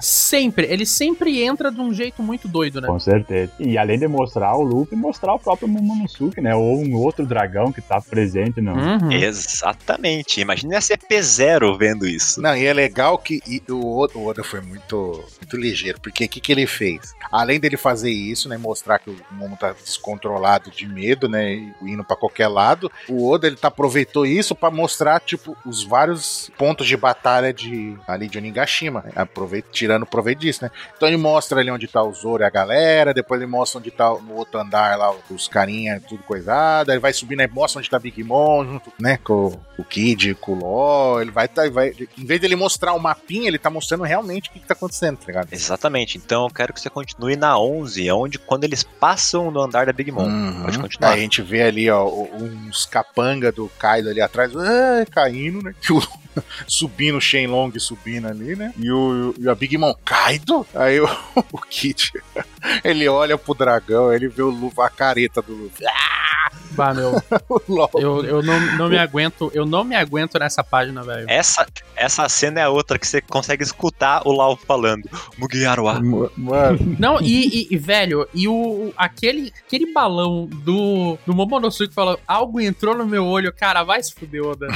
sempre. Ele sempre entra de um jeito muito doido, né?
Com certeza. E além de mostrar o Luffy, mostrar o próprio Momonosuke, né? Ou um outro dragão que tá presente no,
Uhum.
É. Exatamente. Imagina a CP0 vendo isso.
Não, e é legal que e o Oda- o Oda foi muito, muito ligeiro, porque o que, que ele fez? Além dele fazer isso, né, mostrar que o Momo tá descontrolado de medo, né, e indo pra qualquer lado, o Oda ele tá, aproveitou isso pra mostrar tipo os vários pontos de batalha de ali de Onigashima, né, aproveita, tirando proveito disso, né? Então ele mostra ali onde tá o Zoro e a galera, depois ele mostra onde tá no outro andar lá os carinha, tudo coisado, aí ele vai subindo aí mostra onde tá Big Mom, junto, né, com o- o Kid, com o Law, ele vai, tá, ele vai, em vez dele mostrar o mapinha, ele tá mostrando realmente o que, que tá acontecendo, tá ligado?
Exatamente. Então eu quero que você continue na 11, onde quando eles passam no andar da Big Mom.
Uhum.
Pode continuar.
Aí a gente vê ali, ó, o- uns capanga do Kaido ali atrás, ah, caindo, né? Que o- subindo o Shenlong subindo ali, né? E, o, e a Big Mom, Kaido? Aí o, o Kid, ele olha pro dragão, ele vê o Luffy, a careta do Luffy. Ah!
Bah, meu,
O LOL.
eu, eu não, não me aguento, eu não me aguento nessa página, velho.
Essa, essa cena é a outra que você consegue escutar o Lau falando. Mugiaruá.
Hum.
Mano,
Não, e, e- e, velho, e o, o- aquele, aquele balão do, do Momonosuke falou, algo entrou no meu olho, cara, vai se fuder, Oda.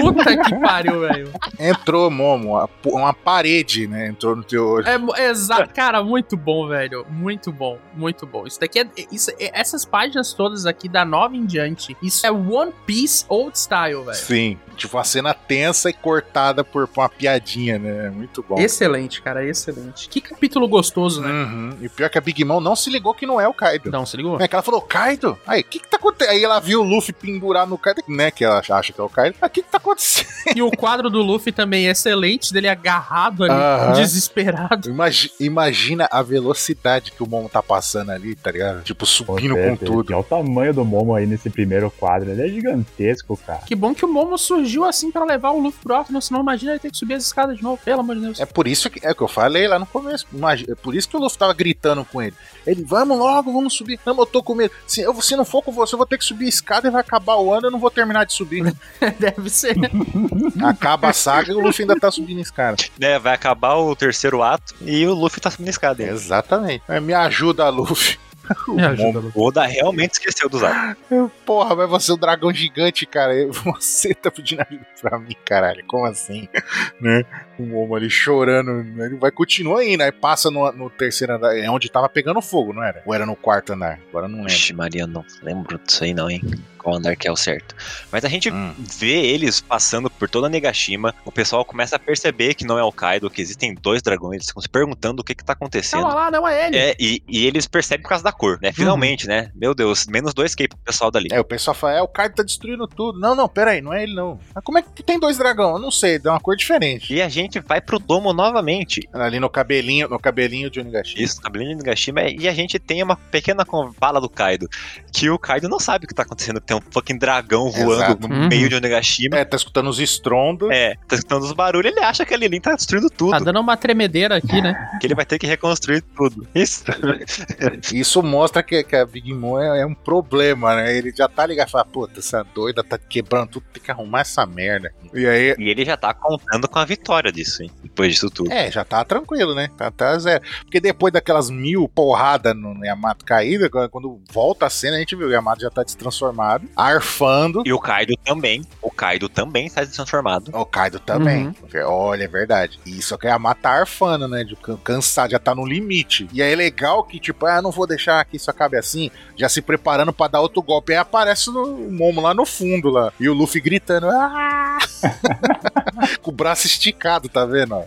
Puta que pariu, velho.
entrou, Momo, a- uma parede, né? Entrou no teu olho.
É, mu- é exa- cara, muito bom, velho. Muito bom, muito bom. Isso daqui é, isso- é- Essas páginas todas aqui, da 9 em diante, isso é One Piece Old Style, velho.
Sim, tipo uma cena tensa e cortada por por uma piadinha, né? Muito bom.
Excelente, cara, excelente. Que capítulo gostoso, né?
Uhum. E pior que a Big Mom não se ligou que não é o Kaido.
Não, se ligou?
É que ela falou, Kaido? Aí, o que que tá acontecendo? Aí ela viu o Luffy pendurar no Kaido, né? Que ela acha que é o Kaido. Mas o que que tá acontecendo?
E o quadro do Luffy também é excelente, dele agarrado ali,
Aham.
desesperado.
Imagi- imagina a velocidade que o Momo tá passando ali, tá ligado? Tipo, subindo com tudo.
Olha é o tamanho do Momo aí nesse primeiro quadro. Ele é gigantesco, cara.
Que bom que o Momo surgiu assim pra levar o Luffy pro alto, não, senão imagina ele ter que subir as escadas de novo, pelo amor de Deus.
É por isso que é o que eu falei lá no começo. Imagi- é por isso que o Luffy tava gritando com ele. Ele, vamos logo, vamos subir. Não, mas eu tô com medo. Se, eu, se não for com você, eu vou ter que subir a escada e vai acabar o ano, eu não vou terminar de subir.
É, Deve ser.
Acaba a saga e o Luffy ainda tá subindo a escada.
Né, vai acabar o terceiro ato e o Luffy tá subindo a escada. hein?
Exatamente. É, me ajuda, Luffy.
Me ajuda, Luffy.
O Oda realmente esqueceu dos atos.
Eu, Porra, mas você é um dragão gigante, cara. Eu- Você tá pedindo ajuda pra mim, caralho. Como assim? né? O Momo ali chorando. né? Ele vai continuar indo. Aí né? passa no, no terceiro andar. É onde tava pegando fogo, não era? Ou era no quarto andar? Agora eu não lembro.
Vixe, Maria, não lembro disso aí não, hein? Qual andar que é o certo. Mas a gente
Hum.
vê eles passando por toda Negashima, o pessoal começa a perceber que não é o Kaido, que existem dois dragões, eles ficam se perguntando o que que tá acontecendo.
Calma lá, não é ele.
É, e, e eles percebem por causa da cor, né? Finalmente, né? Meu Deus, menos dois K pro pessoal dali.
Uhum. É, o pessoal fala, é, o Kaido tá destruindo tudo. Não, não, pera aí, não é ele não. Mas como é que tem dois dragão? Eu não sei, dá uma cor diferente.
E a gente vai pro domo novamente.
Ali no cabelinho, no cabelinho de Onigashima.
Isso, tá cabelinho de Nagashima. É, E a gente tem uma pequena con- bala do Kaido. Que o Kaido não sabe o que tá acontecendo. Tem um fucking dragão voando
Exato.
no
Uhum.
meio de Onigashima.
É, tá escutando os estrondos.
É, tá escutando os barulhos. Ele acha que a Lilin tá destruindo tudo.
Tá dando uma tremedeira aqui, né?
Que ele vai ter que reconstruir tudo. Isso.
Isso mostra que, que a Big Mom é, é um problema, né? Ele já tá ligado e fala, puta, essa doida tá quebrando tudo, tem que arrumar essa merda. E aí,
E ele já tá contando com a vitória disso, hein? Depois disso tudo.
é, já tá tranquilo, né? Tá, tá zero. Porque depois daquelas mil porradas no Yamato caída, quando- quando volta a cena, a gente viu o Yamato já tá destransformado, arfando.
E o Kaido também. O Kaido também tá sai transformado.
O Kaido também.
Uhum.
Porque, Olha, é verdade. E Isso que é a matar arfana, né? De can- cansar, já tá no limite. E aí é legal que, tipo, ah, não vou deixar que isso acabe assim. Já se preparando pra dar outro golpe. Aí aparece o Momo lá no fundo lá. E o Luffy gritando. "Ah!" Com o braço esticado, tá vendo? ó?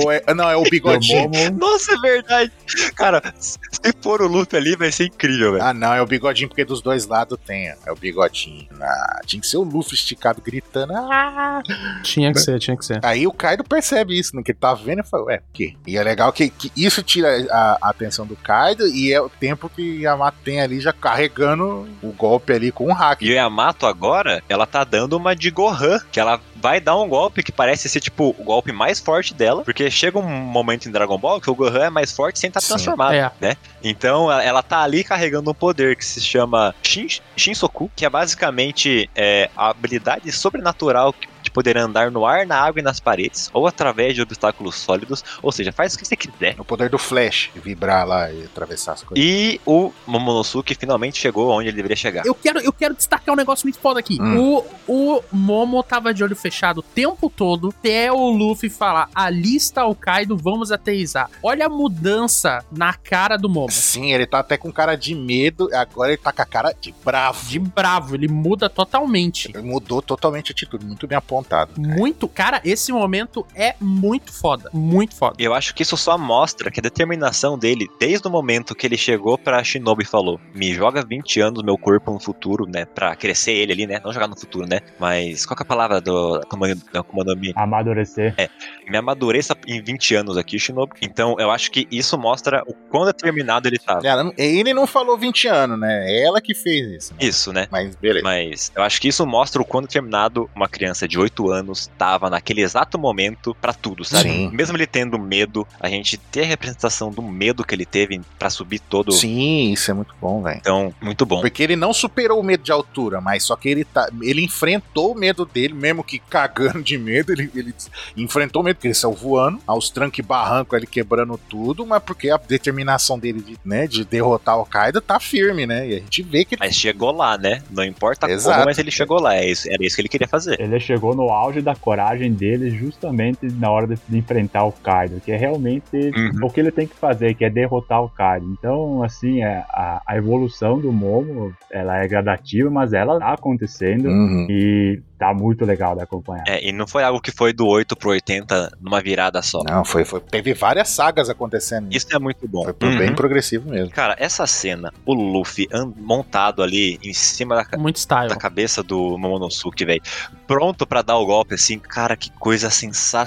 Ou é- não, é o
O
bigodinho.
Momo,
Nossa, é verdade. Cara, se for o Luffy ali, vai ser incrível, velho.
Ah, não, é o bigodinho, porque dos dois lados tem, ó. É o bigodinho. Ah, tinha que ser o Luffy esticado gritando. Ah!
Tinha que ser, tinha que ser.
Aí o Kaido percebe isso, né? Que ele tá vendo e fala, ué, o quê? E é legal que, que isso tira a, a atenção do Kaido e é o tempo que Yamato tem ali já carregando o golpe ali com o hack.
E o Yamato agora, ela tá dando uma de Gohan, que ela vai dar um golpe que parece ser, tipo, o golpe mais forte dela, porque chega um momento em Dragon Ball que o Gohan é mais forte sem estar
Sim.
transformado.
É.
Então, ela- ela tá ali carregando um poder que se chama Shin, Shinsoku, que é basicamente é, a habilidade sobrenatural de poder andar no ar, na água e nas paredes, ou através de obstáculos sólidos, ou seja, faz o que você quiser.
O poder do Flash, de vibrar lá e atravessar as coisas.
E o Momonosuke finalmente chegou onde ele deveria chegar.
Eu quero, eu quero destacar um negócio muito foda aqui. O, o Momo tava de olho fechado o tempo todo até o Luffy falar: ali está o Kaido, vamos ateizar. Olha a mudança na cara do Momo.
Sim, ele tá até com cara de medo, agora ele tá com a cara de bravo.
De bravo, ele muda totalmente.
Ele mudou totalmente a atitude, muito bem apontado.
Hum.
Muito, cara, esse momento é muito foda. Muito foda.
Eu acho que isso só mostra que a determinação dele, desde o momento que ele chegou pra Shinobi e falou: Me joga 20 anos no meu corpo no futuro, né? Pra crescer ele ali, né? Não jogar no futuro, né? Mas qual que é a palavra do da Akuma da Akuma no Mi?
Amadurecer.
me amadureça em 20 anos aqui, Shinobi. Então eu acho que isso mostra o quão determinado ele tava.
Ela não- ele não falou 20 anos, né? É ela que fez isso. né?
Isso, né?
Mas beleza.
Mas eu acho que isso mostra o quão determinado uma criança de 8 anos tava naquele exato momento pra tudo, sabe?
Sim.
Mesmo ele tendo medo, a gente ter a representação do medo que ele teve pra subir todo.
Sim, isso é muito bom, velho.
Então, muito bom.
Porque ele não superou o medo de altura, mas só que ele tá. Ele enfrentou o medo dele, mesmo que cagando de medo, ele, ele enfrentou o medo, porque ele saiu voando, aos tranque e barranco, ele quebrando tudo, mas porque a determinação dele de, né, de derrotar a Al-Qaeda tá firme, né? E a gente vê que ele.
Mas chegou lá, né? Não importa
Exato.
como, mas ele chegou lá. É isso- Era isso que ele queria fazer.
Ele chegou no auge da coragem dele justamente na hora de, de enfrentar o Kaido, que é realmente
Uhum.
o que ele tem que fazer, que é derrotar o Kaido. Então, assim, é- a, a evolução do Momo, ela é gradativa, mas ela tá acontecendo
Uhum.
e tá muito legal de acompanhar.
É, e não foi algo que foi do 8 pro 80 numa virada só.
Não, foi, foi. Teve várias sagas acontecendo.
Isso é muito bom.
Foi pro- bem
Uhum.
progressivo mesmo.
Cara, essa cena, o Luffy an- montado ali em cima da, ca-
Muito style.
da cabeça do Momonosuke, velho, pronto pra dar o golpe assim, cara, que coisa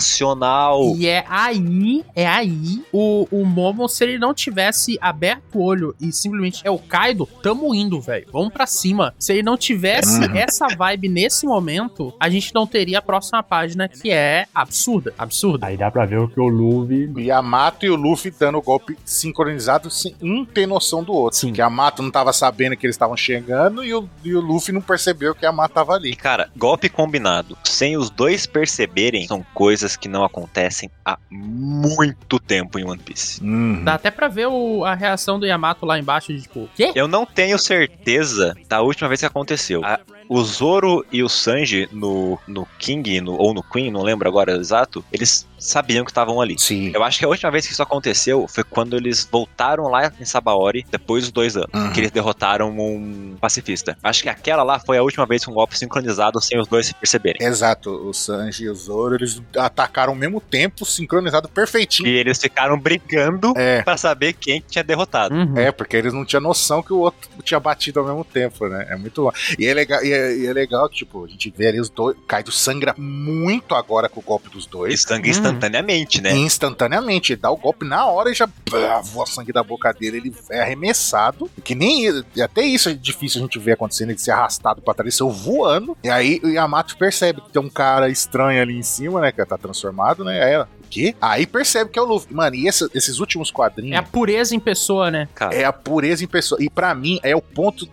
sensacional.
E é aí, é aí o, o Momo, se ele não tivesse aberto o olho e simplesmente é o Kaido, tamo indo, velho. Vamos pra cima. Se ele não tivesse
Uhum.
essa vibe nesse momento, a gente não teria a próxima página que é absurda. Absurda.
Aí dá pra ver o que o Luffy
O Yamato e o Luffy dando o golpe sincronizado sem um ter noção do outro.
Sim.
Que a Yamato não tava sabendo que eles estavam chegando e o, e o Luffy não percebeu que a Yamato tava ali.
E cara, golpe combinado, sem os dois perceberem, são coisas que não acontecem há muito tempo em One Piece.
Uhum.
Dá até pra ver o- a reação do Yamato lá embaixo, de tipo, quê?
Eu não tenho certeza da última vez que aconteceu. A- o Zoro e o Sanji no, no King no- ou no Queen, não lembro agora exato, eles sabiam que estavam ali.
Sim.
Eu acho que a última vez que isso aconteceu foi quando eles voltaram lá em Sabaori, depois dos dois anos,
Uhum.
que eles derrotaram um pacifista. Acho que aquela lá foi a última vez com um golpe sincronizado sem os dois se perceberem.
Exato, o Sanji e o Zoro, eles atacaram ao mesmo tempo, sincronizado
E
perfeitinho.
eles ficaram brigando
É.
pra saber quem tinha derrotado.
Uhum.
É, porque eles não tinham noção que o outro tinha batido ao mesmo tempo, né? É muito bom. E é legal, e é, e é legal que, tipo, a gente vê ali os dois. Kaido sangra muito agora com o golpe dos
E
dois.
sangue
Hum.
instantaneamente, é
Hum.
né?
Instantaneamente, ele dá o golpe na hora e já blá, voa sangue da boca dele, ele é arremessado. Que nem e até isso é difícil a gente ver acontecendo, ele ser arrastado pra trás, seu voando. E aí o Yamato percebe que tem um cara estranho ali em cima, né? Que tá transformado, né? Aí ela, o quê? Aí percebe que é o Luffy. Mano, e essa- esses últimos
É a
quadrinhos.
pureza em pessoa, né?
Cara,
É a pureza em pessoa. E pra mim é o ponto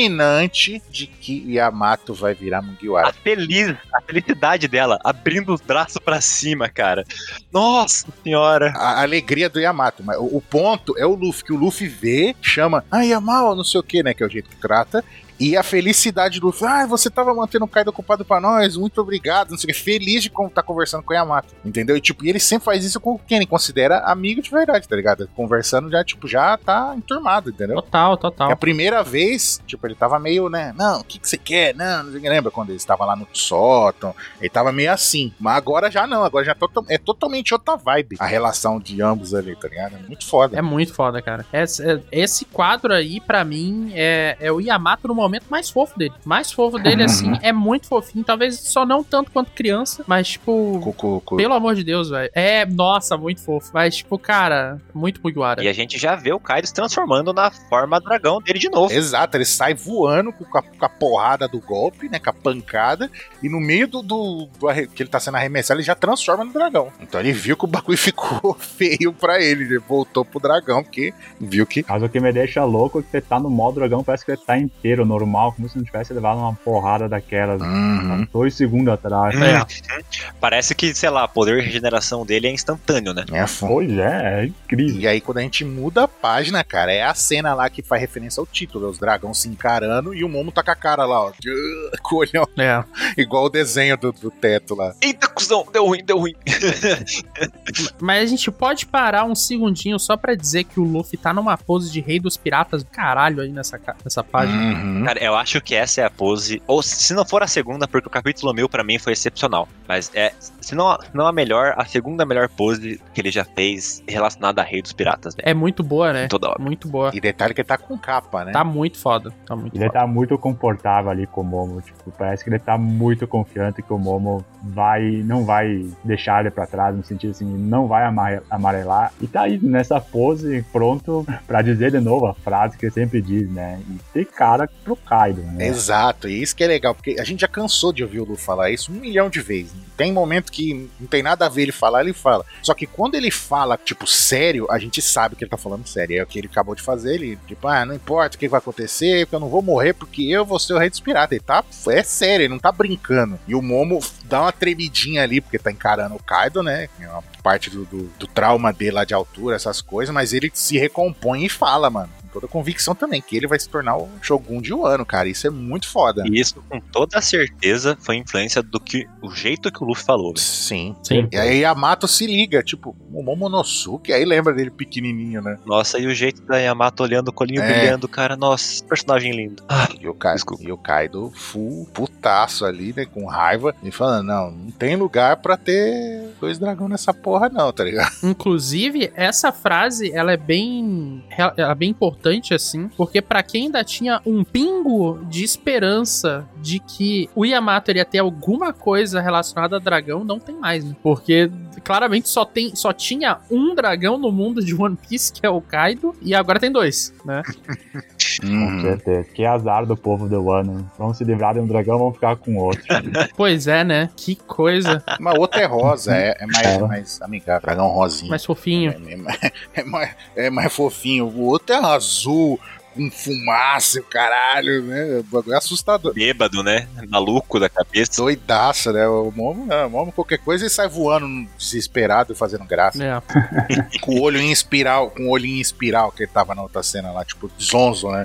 determinante de que Yamato vai virar Mugiwara.
a feliz, a felicidade dela, abrindo os braços pra cima, cara. Nossa senhora.
a alegria do Yamato. Mas o, o ponto é o Luffy, que o Luffy vê, chama, ah, Yamato, não sei o que, né? Que é o jeito que trata. E a felicidade do Luffy, ah, você tava mantendo o Kaido ocupado pra nós, muito obrigado, não sei o que. Feliz de estar conversando com o Yamato, entendeu? E, tipo, e ele sempre faz isso com quem ele considera amigo de verdade, tá ligado? Conversando já, tipo, já tá enturmado, entendeu?
Total,
E a
total.
primeira vez, tipo, ele tava meio, né? Não, o que, que você quer? Não, não sei o que. Lembra quando ele estava lá no sótão? Ele tava meio assim. Mas agora já não, agora já tota- é totalmente outra vibe a relação de ambos ali, tá ligado? É muito foda.
É muito foda, cara. Esse, é- esse quadro aí, pra mim, é, é o Yamato no momento mais fofo dele. Mais fofo dele, assim, é muito fofinho. Talvez só não tanto quanto criança, mas, tipo,
Cu- cu- cu-
pelo amor de Deus, velho. É, nossa, muito fofo. Mas, tipo, cara, muito Mugiwara.
E a gente já vê o Kaido se transformando na forma dragão dele de novo.
Exato, ele sai voando com a, com a porrada do golpe, né? Com a pancada. E no meio do, do- do arre- que ele tá sendo arremessado, ele já transforma no dragão. Então ele viu que o bagulho ficou feio pra ele. Ele voltou pro dragão, porque viu que
Mas o que me deixa louco é que você tá no modo dragão, parece que você tá inteiro, normal, como se não tivesse levado uma porrada daquelas
Uhum.
há dois segundos atrás.
É.
Parece que, sei lá, o poder de regeneração dele é instantâneo, né?
é foda.
Pois é, é incrível.
E aí, quando a gente muda a página, cara, é a cena lá que faz referência ao título: é os dragões se encarando e o Momo tá com a cara lá, ó, de- com o olhão,
É.
igual o desenho do, do teto lá.
Eita, cuzão, deu ruim, deu ruim.
Mas a gente pode parar um
Hum. Uhum.
segundinho só pra dizer que o Luffy tá numa pose de rei dos piratas do caralho aí nessa, ca- nessa página.
Cara, eu acho que essa é a pose. Ou se não for a segunda, porque o capítulo mil pra mim foi excepcional. Mas é, se não, se não a melhor, a segunda melhor pose que ele já fez relacionada a Rei dos Piratas, velho.
É muito boa, né?
Toda hora.
Muito boa.
E detalhe que ele tá com capa, né?
Tá muito foda. Tá muito
Ele
foda.
tá muito confortável ali com o Momo, tipo, parece que ele tá muito confiante que o Momo vai, não vai deixar ele pra trás, no sentido assim, não vai amare- amarelar. E tá aí nessa pose, pronto pra dizer de novo a frase que ele sempre diz, né? E ter cara pro Kaido, né?
Exato, e isso que é legal, porque a gente já cansou de ouvir o Lu falar isso um milhão de vezes. Tem momento que não tem nada a ver ele falar, ele fala. Só que quando ele fala, tipo, sério, a gente sabe que ele tá falando sério. É o que ele acabou de fazer, ele, tipo, ah, não importa o que vai acontecer, porque eu não vou morrer, porque eu vou ser o rei dos piratas. Ele tá, é sério, ele não tá brincando. E o Momo dá uma tremidinha ali, porque tá encarando o Kaido, né? É uma parte do, do, do trauma dele lá de altura, essas coisas, mas ele se recompõe e fala, mano. Com toda convicção também, que ele vai se tornar o Shogun de um ano, cara. Isso é muito foda.
E isso, com toda certeza, foi influência do que o jeito que o Luffy falou, velho.
Sim.
Sim.
E aí Yamato se liga, tipo, o Momonosuke, aí lembra dele pequenininho, né?
Nossa, e o jeito da Yamato olhando o colinho
É.
brilhando, cara. Nossa, personagem lindo. Ah,
E o, Kaido,
Desculpa.
e o Kaido full putaço ali, né, com raiva, e falando, não, não tem lugar pra ter dois dragões nessa porra não, tá ligado?
Inclusive, essa frase, ela é bem, ela é bem importante, assim, porque pra quem ainda tinha um pingo de esperança de que o Yamato iria ter alguma coisa relacionada a dragão, não tem mais, né? Porque claramente só, tem, só tinha um dragão no mundo de One Piece, que é o Kaido, e agora tem dois, né?
Uhum.
Com
Uhum.
certeza. Que azar do povo do ano. Vamos se livrar de um dragão, vamos ficar com outro.
pois é, né? Que coisa.
Uma outra é rosa, é, é mais,
É.
mais amigável, dragão rosinha.
Mais fofinho.
É, mais- é mais, é mais fofinho. O outro é azul, com fumaça, e o caralho, né? O bagulho é assustador.
bêbado, né? Maluco da cabeça.
Doidaça, né? O Momo, não, o Momo qualquer coisa ele sai voando desesperado e fazendo graça.
É.
Com o olho em espiral, com o olho em espiral que ele tava na outra cena lá, tipo, zonzo, né?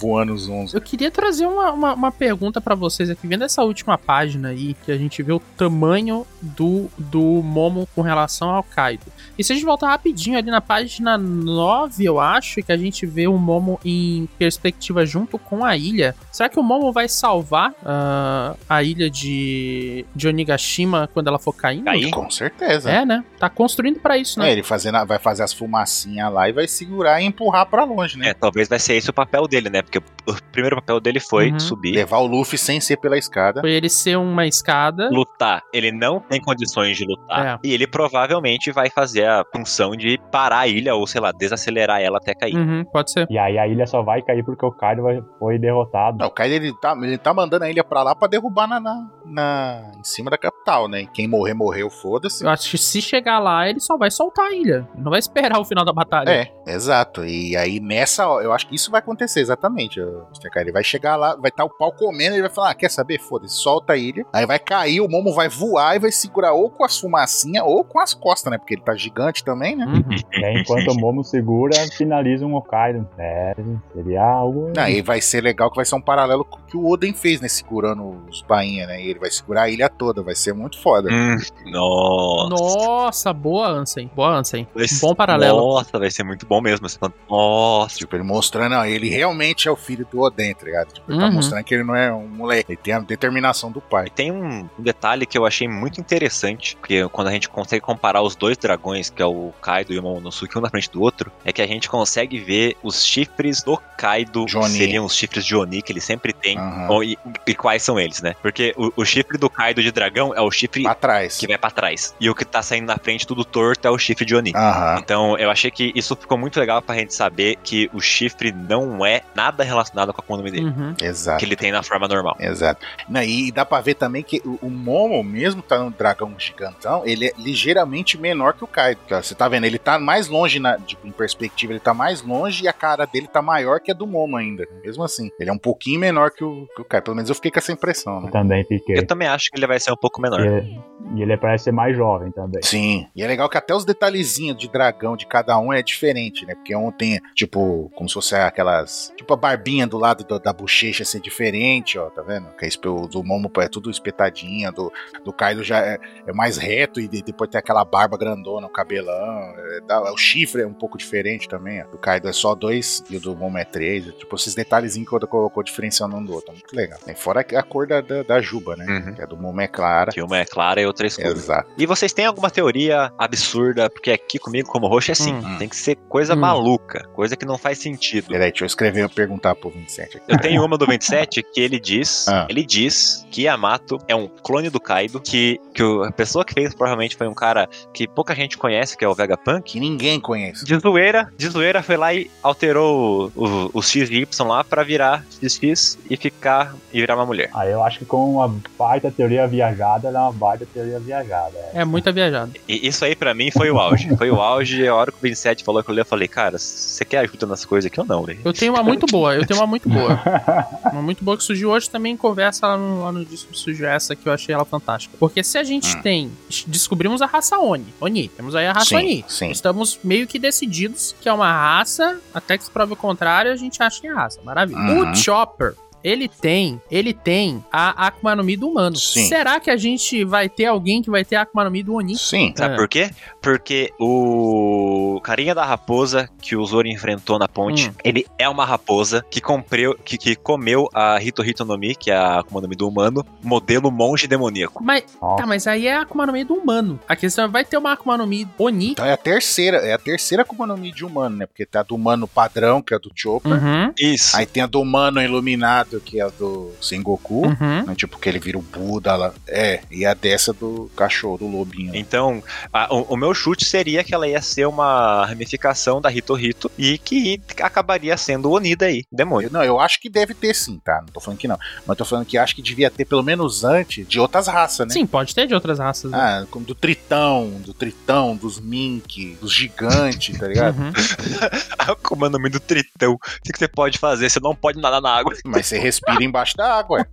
Voando zonzo.
Eu queria trazer uma, uma, uma pergunta pra vocês aqui. Vendo essa última página aí, que a gente vê o tamanho do, do Momo com relação ao Kaido. E se a gente voltar rapidinho ali na página 9, eu acho, que a gente vê o Momo em perspectiva junto com a ilha. Será que o Momo vai salvar ah, a ilha de, de Onigashima quando ela for caindo?
Cair?
Com certeza.
É, né? Tá construindo pra isso,
É,
né?
ele fazendo, a- vai fazer as fumacinhas lá e vai segurar e empurrar pra longe, né?
É, talvez vai ser esse o papel dele, né? Porque o primeiro papel dele foi
Uhum.
subir,
Levar o Luffy sem ser pela escada.
Foi ele ser uma escada.
lutar. Ele não tem condições de
É.
lutar. E ele provavelmente vai fazer a função de parar a ilha ou, sei lá, desacelerar ela até cair.
Uhum, pode ser.
E aí a ilha só vai cair porque o Kaido vai- foi derrotado.
Não, o Kaido ele tá, ele tá mandando a ilha pra lá pra derrubar na, na, na- em cima da capital, né? Quem morrer, morreu, foda-se.
Eu acho que se chegar lá, ele só vai soltar a ilha. Não vai esperar o final da batalha.
É, exato. E aí nessa, hora- eu acho que isso vai acontecer exatamente. o Mr. Kai, Ele vai chegar lá, vai estar o pau comendo, ele vai falar: ah, quer saber? Foda-se, solta a ilha. Aí vai cair, o Momo vai voar e vai segurar ou com as fumacinhas ou com as costas, né? Porque ele tá gigante também, né?
Uhum.
E aí, enquanto o Momo segura, finaliza um Kaido. É, seria algo.
Aí vai ser legal que vai ser um paralelo com o que o Oden fez, né? Segurando os bainha, né? E ele vai segurar a ilha toda, vai ser muito foda.
Hum, nossa.
Nossa, boa Ansem. Boa Ansem.
Vai ser-
Bom paralelo.
Nossa, vai ser muito bom mesmo. esse plano. Nossa.
Tipo, ele mostrando, não, ele realmente é o filho do Oden, tá ligado? Tipo, ele tá
Uhum.
mostrando que ele não é um moleque, ele tem a determinação do pai.
Tem um um detalhe que eu achei muito interessante, porque quando a gente consegue comparar os dois dragões, que é o Kaido e o Momonosuke, um na frente do outro, é que a gente consegue ver os chifres do Kaido, que
Johnny. Ah.
seriam os chifres de Oni que ele sempre tem,
Aham.
Bom, e, e quais são eles, né? Porque o, o chifre do Kaido de dragão é o chifre
Pra trás.
que vai pra trás. E o que tá saindo na frente tudo torto é o chifre de Oni.
Aham.
Então, eu achei que isso ficou muito legal pra gente saber que o chifre não é nada relacionado com a nome dele,
Uhum.
Exato.
que ele tem na forma normal.
Exato. Não, e dá pra ver também que o, o Momo, mesmo tá um dragão gigantão, ele é ligeiramente menor que o Kaido. cara. Você tá vendo? Ele tá mais longe, na, tipo, em perspectiva, ele tá mais longe e a cara dele tá maior que a do Momo ainda. Mesmo assim, ele é um pouquinho menor que o, que o Kaido. Pelo menos eu fiquei com essa impressão,
Eu
né?
também fiquei.
Eu também acho que ele vai ser um pouco menor.
E ele, e ele parece ser mais jovem também.
Sim. E é legal que até os detalhezinhos de dragão de cada um é diferente, né? Porque um tem, tipo, como se fosse aquelas. Tipo, a barbinha do lado do- da bochecha ser diferente, ó, tá vendo? Que é espe- o do Momo é tudo espetadinha, do, do Kaido já é, é mais reto e de- depois tem aquela barba grandona, o cabelão. é, dá- o chifre é um pouco diferente também, ó. Do Kaido é só dois e o o Momo é 3. Tipo, esses detalhezinhos que o Oda colocou diferenciando um do outro. Muito legal. E fora a cor da, da, da juba, né?
Uhum.
Que a do Momo é clara.
Que uma é clara e outra é escura.
Exato.
E vocês têm alguma teoria absurda? Porque aqui comigo, como roxo, é assim.
Hum.
Tem que ser coisa
Hum.
maluca, coisa que não faz sentido.
Peraí, deixa eu escrever e perguntar pro 27 aqui.
Eu tenho uma do 27 que ele diz,
Ah.
ele diz que Yamato é um clone do Kaido, que, que o- a pessoa que fez provavelmente foi um cara que pouca gente conhece, que é o Vegapunk.
Que ninguém conhece.
De zoeira, de zoeira foi lá e alterou o, o, o X e Y lá pra virar XX e ficar e virar uma mulher.
Aí eu acho que com uma baita teoria viajada, ela é uma baita teoria viajada. é.
É muito viajado.
E isso aí pra mim foi o auge. Foi o auge, a hora que o 27 falou que eu li, eu falei, cara, você quer ajuda nas coisas aqui ou não, velho?
Eu tenho uma muito boa, eu tenho uma muito boa. Uma muito boa que surgiu hoje também em conversa lá no, lá no disco surgiu essa que eu achei ela fantástica. Porque se a gente
Hum.
tem. Descobrimos a raça Oni. Oni. Temos Ah, aí a raça Oni.
Sim, sim.
Estamos meio que decididos que é uma raça, até que se prove o contrário, a gente acha que é raça. Maravilha.
Uhum.
O Chopper, ele tem, ele tem a Akuma no Mi do humano.
Sim.
Será que a gente vai ter alguém que vai ter a Akuma no Mi do Oni?
Sim.
Sabe
É.
por quê? Porque o carinha da raposa que o Zoro enfrentou na ponte,
Hum.
ele é uma raposa que, compreu, que, que comeu a Hito Hito no Mi, que é a Akuma no Mi do humano, modelo monge demoníaco.
Mas,
Nossa.
tá, mas aí é a Akuma no Mi do humano. A questão é, vai ter uma Akuma no Mi Oni?
Então é a terceira, é a terceira Akuma no Mi de humano, né? Porque tá do humano padrão, que é a do Chopper.
Uhum,
Isso.
Aí tem a do humano iluminado, que é a do Sengoku.
uhum.
Né? Tipo, que ele vira o Buda lá. É, e a dessa do cachorro, do lobinho.
Então, a- o, o meu chute seria que ela ia ser uma ramificação da Hito Hito e que acabaria sendo unida aí, demônio.
Eu- não, eu acho que deve ter sim, tá? Não tô falando que não. Mas tô falando que acho que devia ter pelo menos antes de outras raças, né?
Sim, pode ter de outras raças. né?
Ah, como do Tritão, do Tritão, dos Mink, dos gigantes, tá ligado?
Uhum.
A Akuma no Mi do Tritão. O que, que você pode fazer? Você não pode nadar na água.
Mas você respira embaixo da água.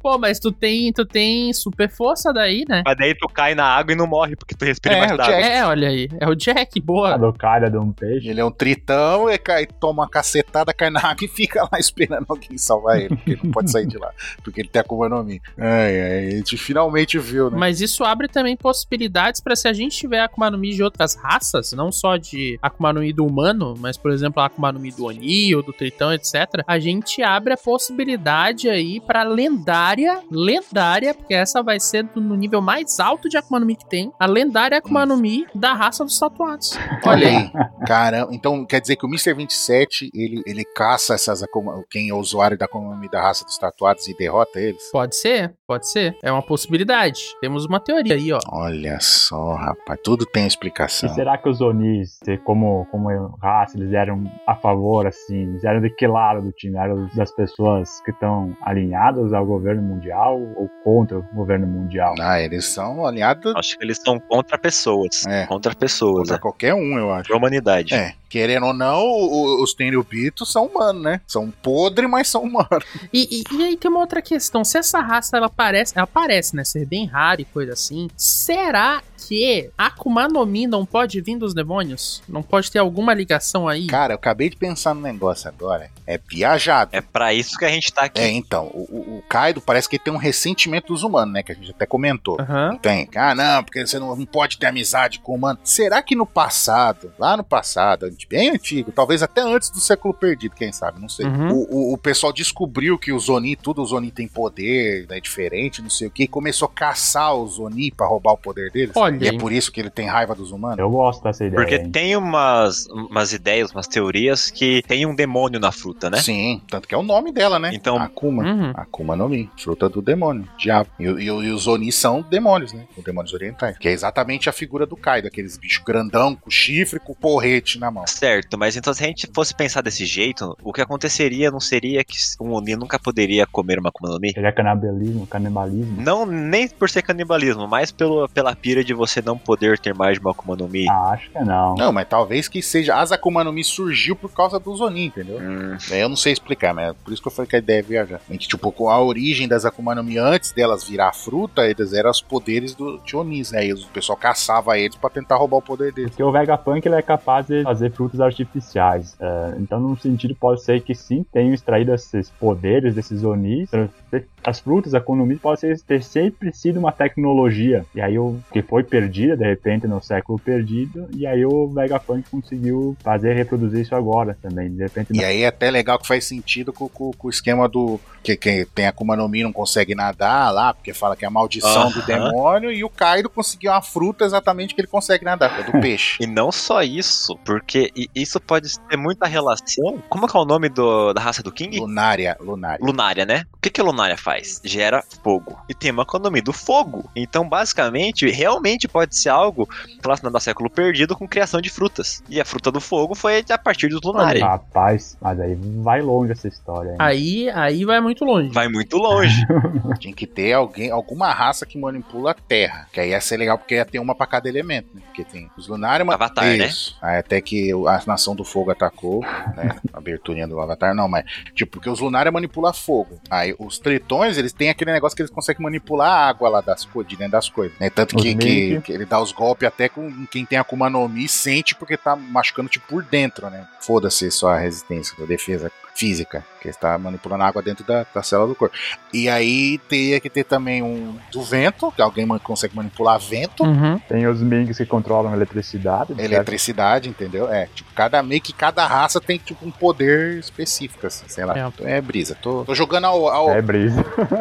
Pô, mas tu tem, tu tem super força daí, né?
Mas daí tu cai na água e não morre, porque tu respira
É,
mais
o
d'água.
Jack.
É, olha aí. É o Jack,
A
boa.
localha de um peixe.
Ele é um tritão e cai, toma uma cacetada, cai na água e fica lá esperando alguém salvar ele, porque ele não pode sair de lá, porque ele tem a Akuma no Mi. Ai, ai, a gente finalmente viu, né?
Mas isso abre também possibilidades pra se a gente tiver Akuma no Mi de outras raças, não só de Akuma no Mi do humano, mas por exemplo a Akuma no Mi do Oni ou do Tritão, etc. A gente abre a possibilidade aí pra lendária, lendária, porque essa vai ser do- no nível mais alto de Akuma no Mi que tem, a lendária Akuma no Mi da raça dos tatuados.
Olha aí, caramba. Então quer dizer que o Mr. 27 ele, ele caça essas Akuma, quem é usuário da Akuma no Mi da raça dos tatuados e derrota eles?
Pode ser, pode ser. É uma possibilidade. Temos uma teoria aí, ó.
Olha só, rapaz, tudo tem
E
explicação.
será que os Onis, se- como, como raça, eles eram a favor, assim, eles eram de que lado do time? Eram das pessoas que estão alinhadas ao governo mundial ou contra o governo mundial?
Ah, eles são aliados
Acho que eles são contra pessoas.
É.
Contra pessoas, contra...
contra qualquer um, eu acho.
pra humanidade.
É, querendo ou não, o- o- os Tenryubito são humanos, né? São podre, mas são humanos.
E, e- e aí tem uma outra questão. Se essa raça ela parece, ela parece, né, ser bem rara e coisa assim, será que Akuma no Mi não pode vir dos demônios? Não pode ter alguma ligação aí?
Cara, eu acabei de pensar no negócio agora. É viajado.
É pra isso que a gente tá aqui.
É, então, o, o- o Kaido parece que ele tem um ressentimento dos humanos, né? Que a gente até comentou.
Aham.
Não Tem. Ah, não, porque você não, não pode ter amizade com o humano. Será que no passado, lá no passado, bem antigo, talvez até antes do século perdido, quem sabe, não sei.
Uhum.
O, o- o pessoal descobriu que os Oni, tudo os Oni tem poder, né, diferente, não sei o que, e começou a caçar os Oni pra roubar o poder deles.
Olha
E é
aí.
por isso que ele tem raiva dos
É
humanos?
Eu gosto dessa ideia.
Porque
hein?
tem umas, umas ideias, umas teorias que tem um demônio na fruta, né?
Sim, tanto que é o nome dela, né?
Então-
Akuma.
Uhum.
Akuma no Mi, fruta do demônio, diabo. E, e- e os Oni são demônios, né? Os demônios orientais. Que é exatamente a figura do Kaido, aqueles bichos grandão, com chifre, com porrete na mão.
Certo, mas então se a gente fosse pensar desse jeito, o que aconteceria não seria que um Oni nunca poderia comer uma Akuma no Mi?
Seria canibalismo, é canibalismo.
Não nem por ser canibalismo, mas pelo, pela pira de você não poder ter mais de uma Akuma no Mi.
Ah, acho que não.
Não, mas talvez que seja. As Akuma no Mi surgiu por causa dos Oni, entendeu?
Hum,
É, Eu não sei explicar, mas é por isso que eu falei que a ideia é viajar. A gente, tipo, com a origem das Akuma no Mi, antes delas virar fruta, eles eram os poderes do de Onis, né? E o pessoal caçava eles pra tentar roubar o poder deles.
Porque o Vegapunk ele é capaz de fazer frutas artificiais. É, então, num sentido, pode ser que sim, tenham extraído esses poderes desses Onis, tra- ter- as frutas, a economia pode ser- ter sempre sido uma tecnologia. E aí o que foi perdida, de repente, no século perdido, e aí o Vegapunk conseguiu fazer reproduzir isso agora também. De repente,
E aí é até legal que faz sentido com, com- com o esquema do que quem tem Akuma no Mi não consegue nadar lá, porque fala que é a maldição do
Aham.
demônio, e o Kaido conseguiu uma fruta exatamente que ele consegue nadar, que é do peixe.
E não só isso, porque i- isso pode ter muita relação. Como é que é o nome do- da raça do King?
Lunária, lunária.
Lunária, né? O que, que a Lunária faz? Gera fogo. E tem uma economia do fogo. Então, basicamente, realmente pode ser algo relacionado ao século perdido com criação de frutas. E a fruta do fogo foi a partir dos
Ah,
Lunária.
Rapaz, mas aí vai longe essa história. hein?
Aí, aí vai muito longe.
Vai muito longe.
Tinha que ter alguém, alguma raça que manipula a terra. Que aí ia ser legal, porque ia ter uma pra cada elemento, né? Porque tem os lunários. mas-
Avatar, né?
isso. Aí até que o- a Nação do Fogo atacou, né? A aberturinha do Avatar, não, mas. Tipo, porque os lunários manipulam fogo. Aí os tritões, eles têm aquele negócio que eles conseguem manipular a água lá das, co- de dentro das coisas. Né? Tanto
Os
que, que,
Mink.
que ele dá os golpes até com quem tem Akuma no Mi sente porque tá machucando tipo por dentro, né? Foda-se só a resistência, a defesa física. Que ele tá manipulando a água dentro da, da célula do corpo. E aí teria que ter também um do vento, que alguém man- consegue manipular vento,
Uhum.
Tem os Minks que controlam a eletricidade. certo?
eletricidade, entendeu? É, tipo, cada meio que cada raça tem tipo um poder específico, assim, sei lá.
É.
Então é brisa. Tô, tô jogando ao, ao-
É brisa.
Oh.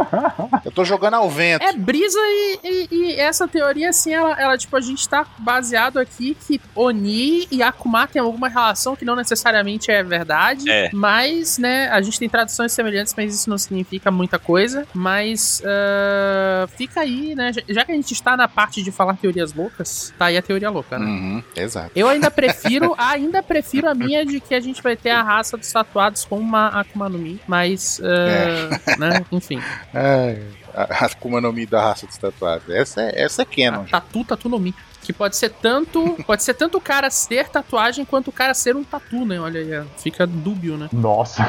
eu tô jogando ao vento.
É brisa e, e- e essa teoria, assim, ela, ela, tipo, a gente tá baseado aqui que Oni e Akuma tem alguma relação que não necessariamente é verdade.
É.
Mas, né, a gente tem traduções semelhantes, mas isso não significa muita coisa. Mas ah, fica aí, né? Já- Já que a gente está na parte de falar teorias loucas, tá aí a teoria louca, né?
Uhum, exato.
Eu ainda prefiro, ainda prefiro a minha de que a gente vai ter a raça dos tatuados com uma Akuma no Mi, mas, ah, né, enfim.
Ai, a, a Akuma no Mi da raça dos tatuados. Essa é, essa é Canon. gente.
Tatu, tatu no Mi. Que pode ser tanto. Pode ser tanto o cara ser tatuagem quanto o cara ser um tatu, né? Olha aí, é, fica dúbio, né?
Nossa.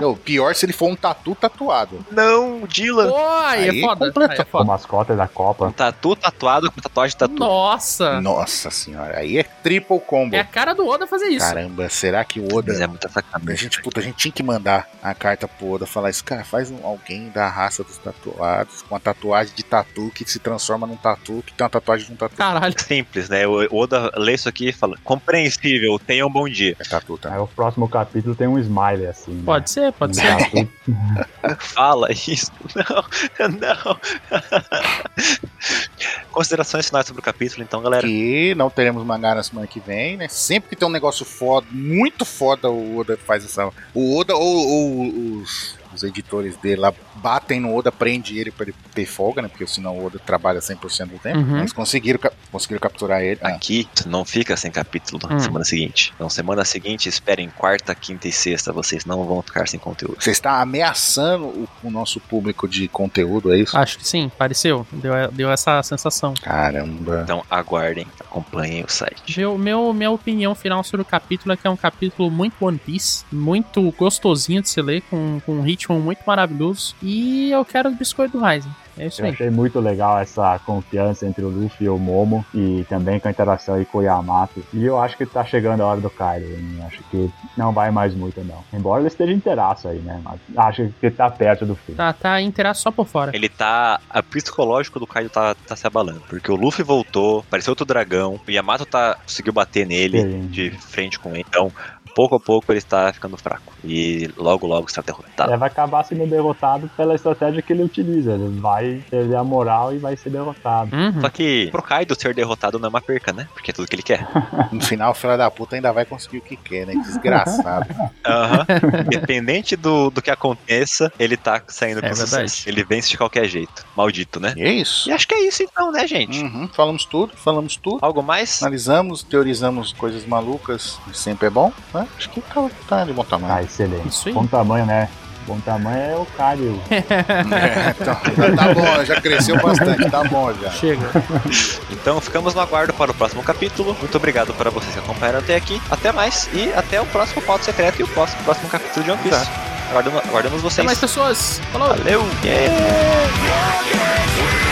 Não, pior se ele for um tatu tatuado.
Não, Dylan.
Pô, aí,
Aí
é foda.
completa.
Aí é
O
foda.
mascota da Copa.
Um tatu tatuado com tatuagem de tatu.
Nossa!
Nossa senhora, aí é triple combo.
É a cara do Oda fazer isso.
Caramba, será que o Oda
Mas é muita
A
sacanagem.
gente, puta, a gente tinha que mandar a carta pro Oda falar isso, cara, faz um, alguém da raça dos tatuados com a tatuagem de tatu que se transforma num tatu, que tem uma tatuagem de um tatu.
Caralho.
Simples, né? O Oda lê isso aqui e fala: compreensível, tenha um bom dia.
É tatu também.
Aí o próximo capítulo tem um smiley assim. né?
Pode ser, pode ser.
Tatu.
Fala isso. Não, não. Considerações finais sobre o capítulo, então, galera.
Que não teremos mangá na semana que vem, né? Sempre que tem um negócio foda, muito foda, o Oda faz essa. O Oda ou, ou os, os editores dele lá batem no Oda, prende ele pra ele ter folga, né? Porque senão o Oda trabalha 100% do tempo.
Uhum.
Eles conseguiram, cap- conseguiram capturar ele. Ah,
Aqui tu não fica sem capítulo na
Hum.
semana seguinte. Então, semana seguinte, esperem quarta, quinta e sexta. Vocês não vão ficar sem conteúdo.
Você está ameaçando o, o nosso público de conteúdo, é isso?
Acho que sim, pareceu. Deu, deu essa sensação.
Caramba.
Então, aguardem, acompanhem o site.
Meu, meu, minha opinião final sobre o capítulo é que é um capítulo muito One Piece, muito gostosinho de se ler, com, com um ritmo muito maravilhoso. E eu quero o biscoito do Ryzen. É isso
Eu
aí.
achei muito legal essa confiança entre o Luffy e o Momo e também com a interação aí com o Yamato. E eu acho que tá chegando a hora do Kaido. hein? Acho que não vai mais muito, não. Embora ele esteja inteiraço aí, né? Mas acho que tá perto do fim.
Tá, tá inteiraço só por fora.
Ele tá. A psicológico do Kaido tá, tá se abalando. Porque o Luffy voltou, apareceu outro dragão. O Yamato tá, conseguiu bater nele
Sim.
de frente com ele. Então, pouco a pouco ele está ficando fraco. E logo, logo está derrotado.
Ele vai acabar sendo derrotado pela estratégia que ele utiliza. Ele vai perder a moral e vai ser derrotado.
Uhum.
Só que pro Kaido ser derrotado não é uma perca, né? Porque é tudo que ele quer.
No final, o filho da puta ainda vai conseguir o que quer, né? Desgraçado.
Aham. Independente do, do que aconteça, ele tá saindo
É
com
verdade.
sucesso. Ele vence de qualquer jeito. Maldito, né?
e é isso.
E acho que é isso então, né,
Hum.
gente?
Uhum, Falamos tudo, falamos tudo.
Algo mais?
Analisamos, teorizamos coisas malucas, que sempre é bom, né? Acho que tá, tá de bom
Ah,
tamanho.
excelente.
Isso aí.
Bom tamanho, né? Bom tamanho é o Kaido.
É, então, já tá bom, já cresceu bastante, tá bom já.
Chega.
Então ficamos no aguardo para o próximo capítulo. Muito obrigado para vocês que acompanharam até aqui. Até mais e até o próximo pauta secreto e o próximo, próximo capítulo de One Piece. Aguardamos, aguardamos
Até
vocês.
mais, pessoas. Falou!
Valeu! Yeah.
Rockets, we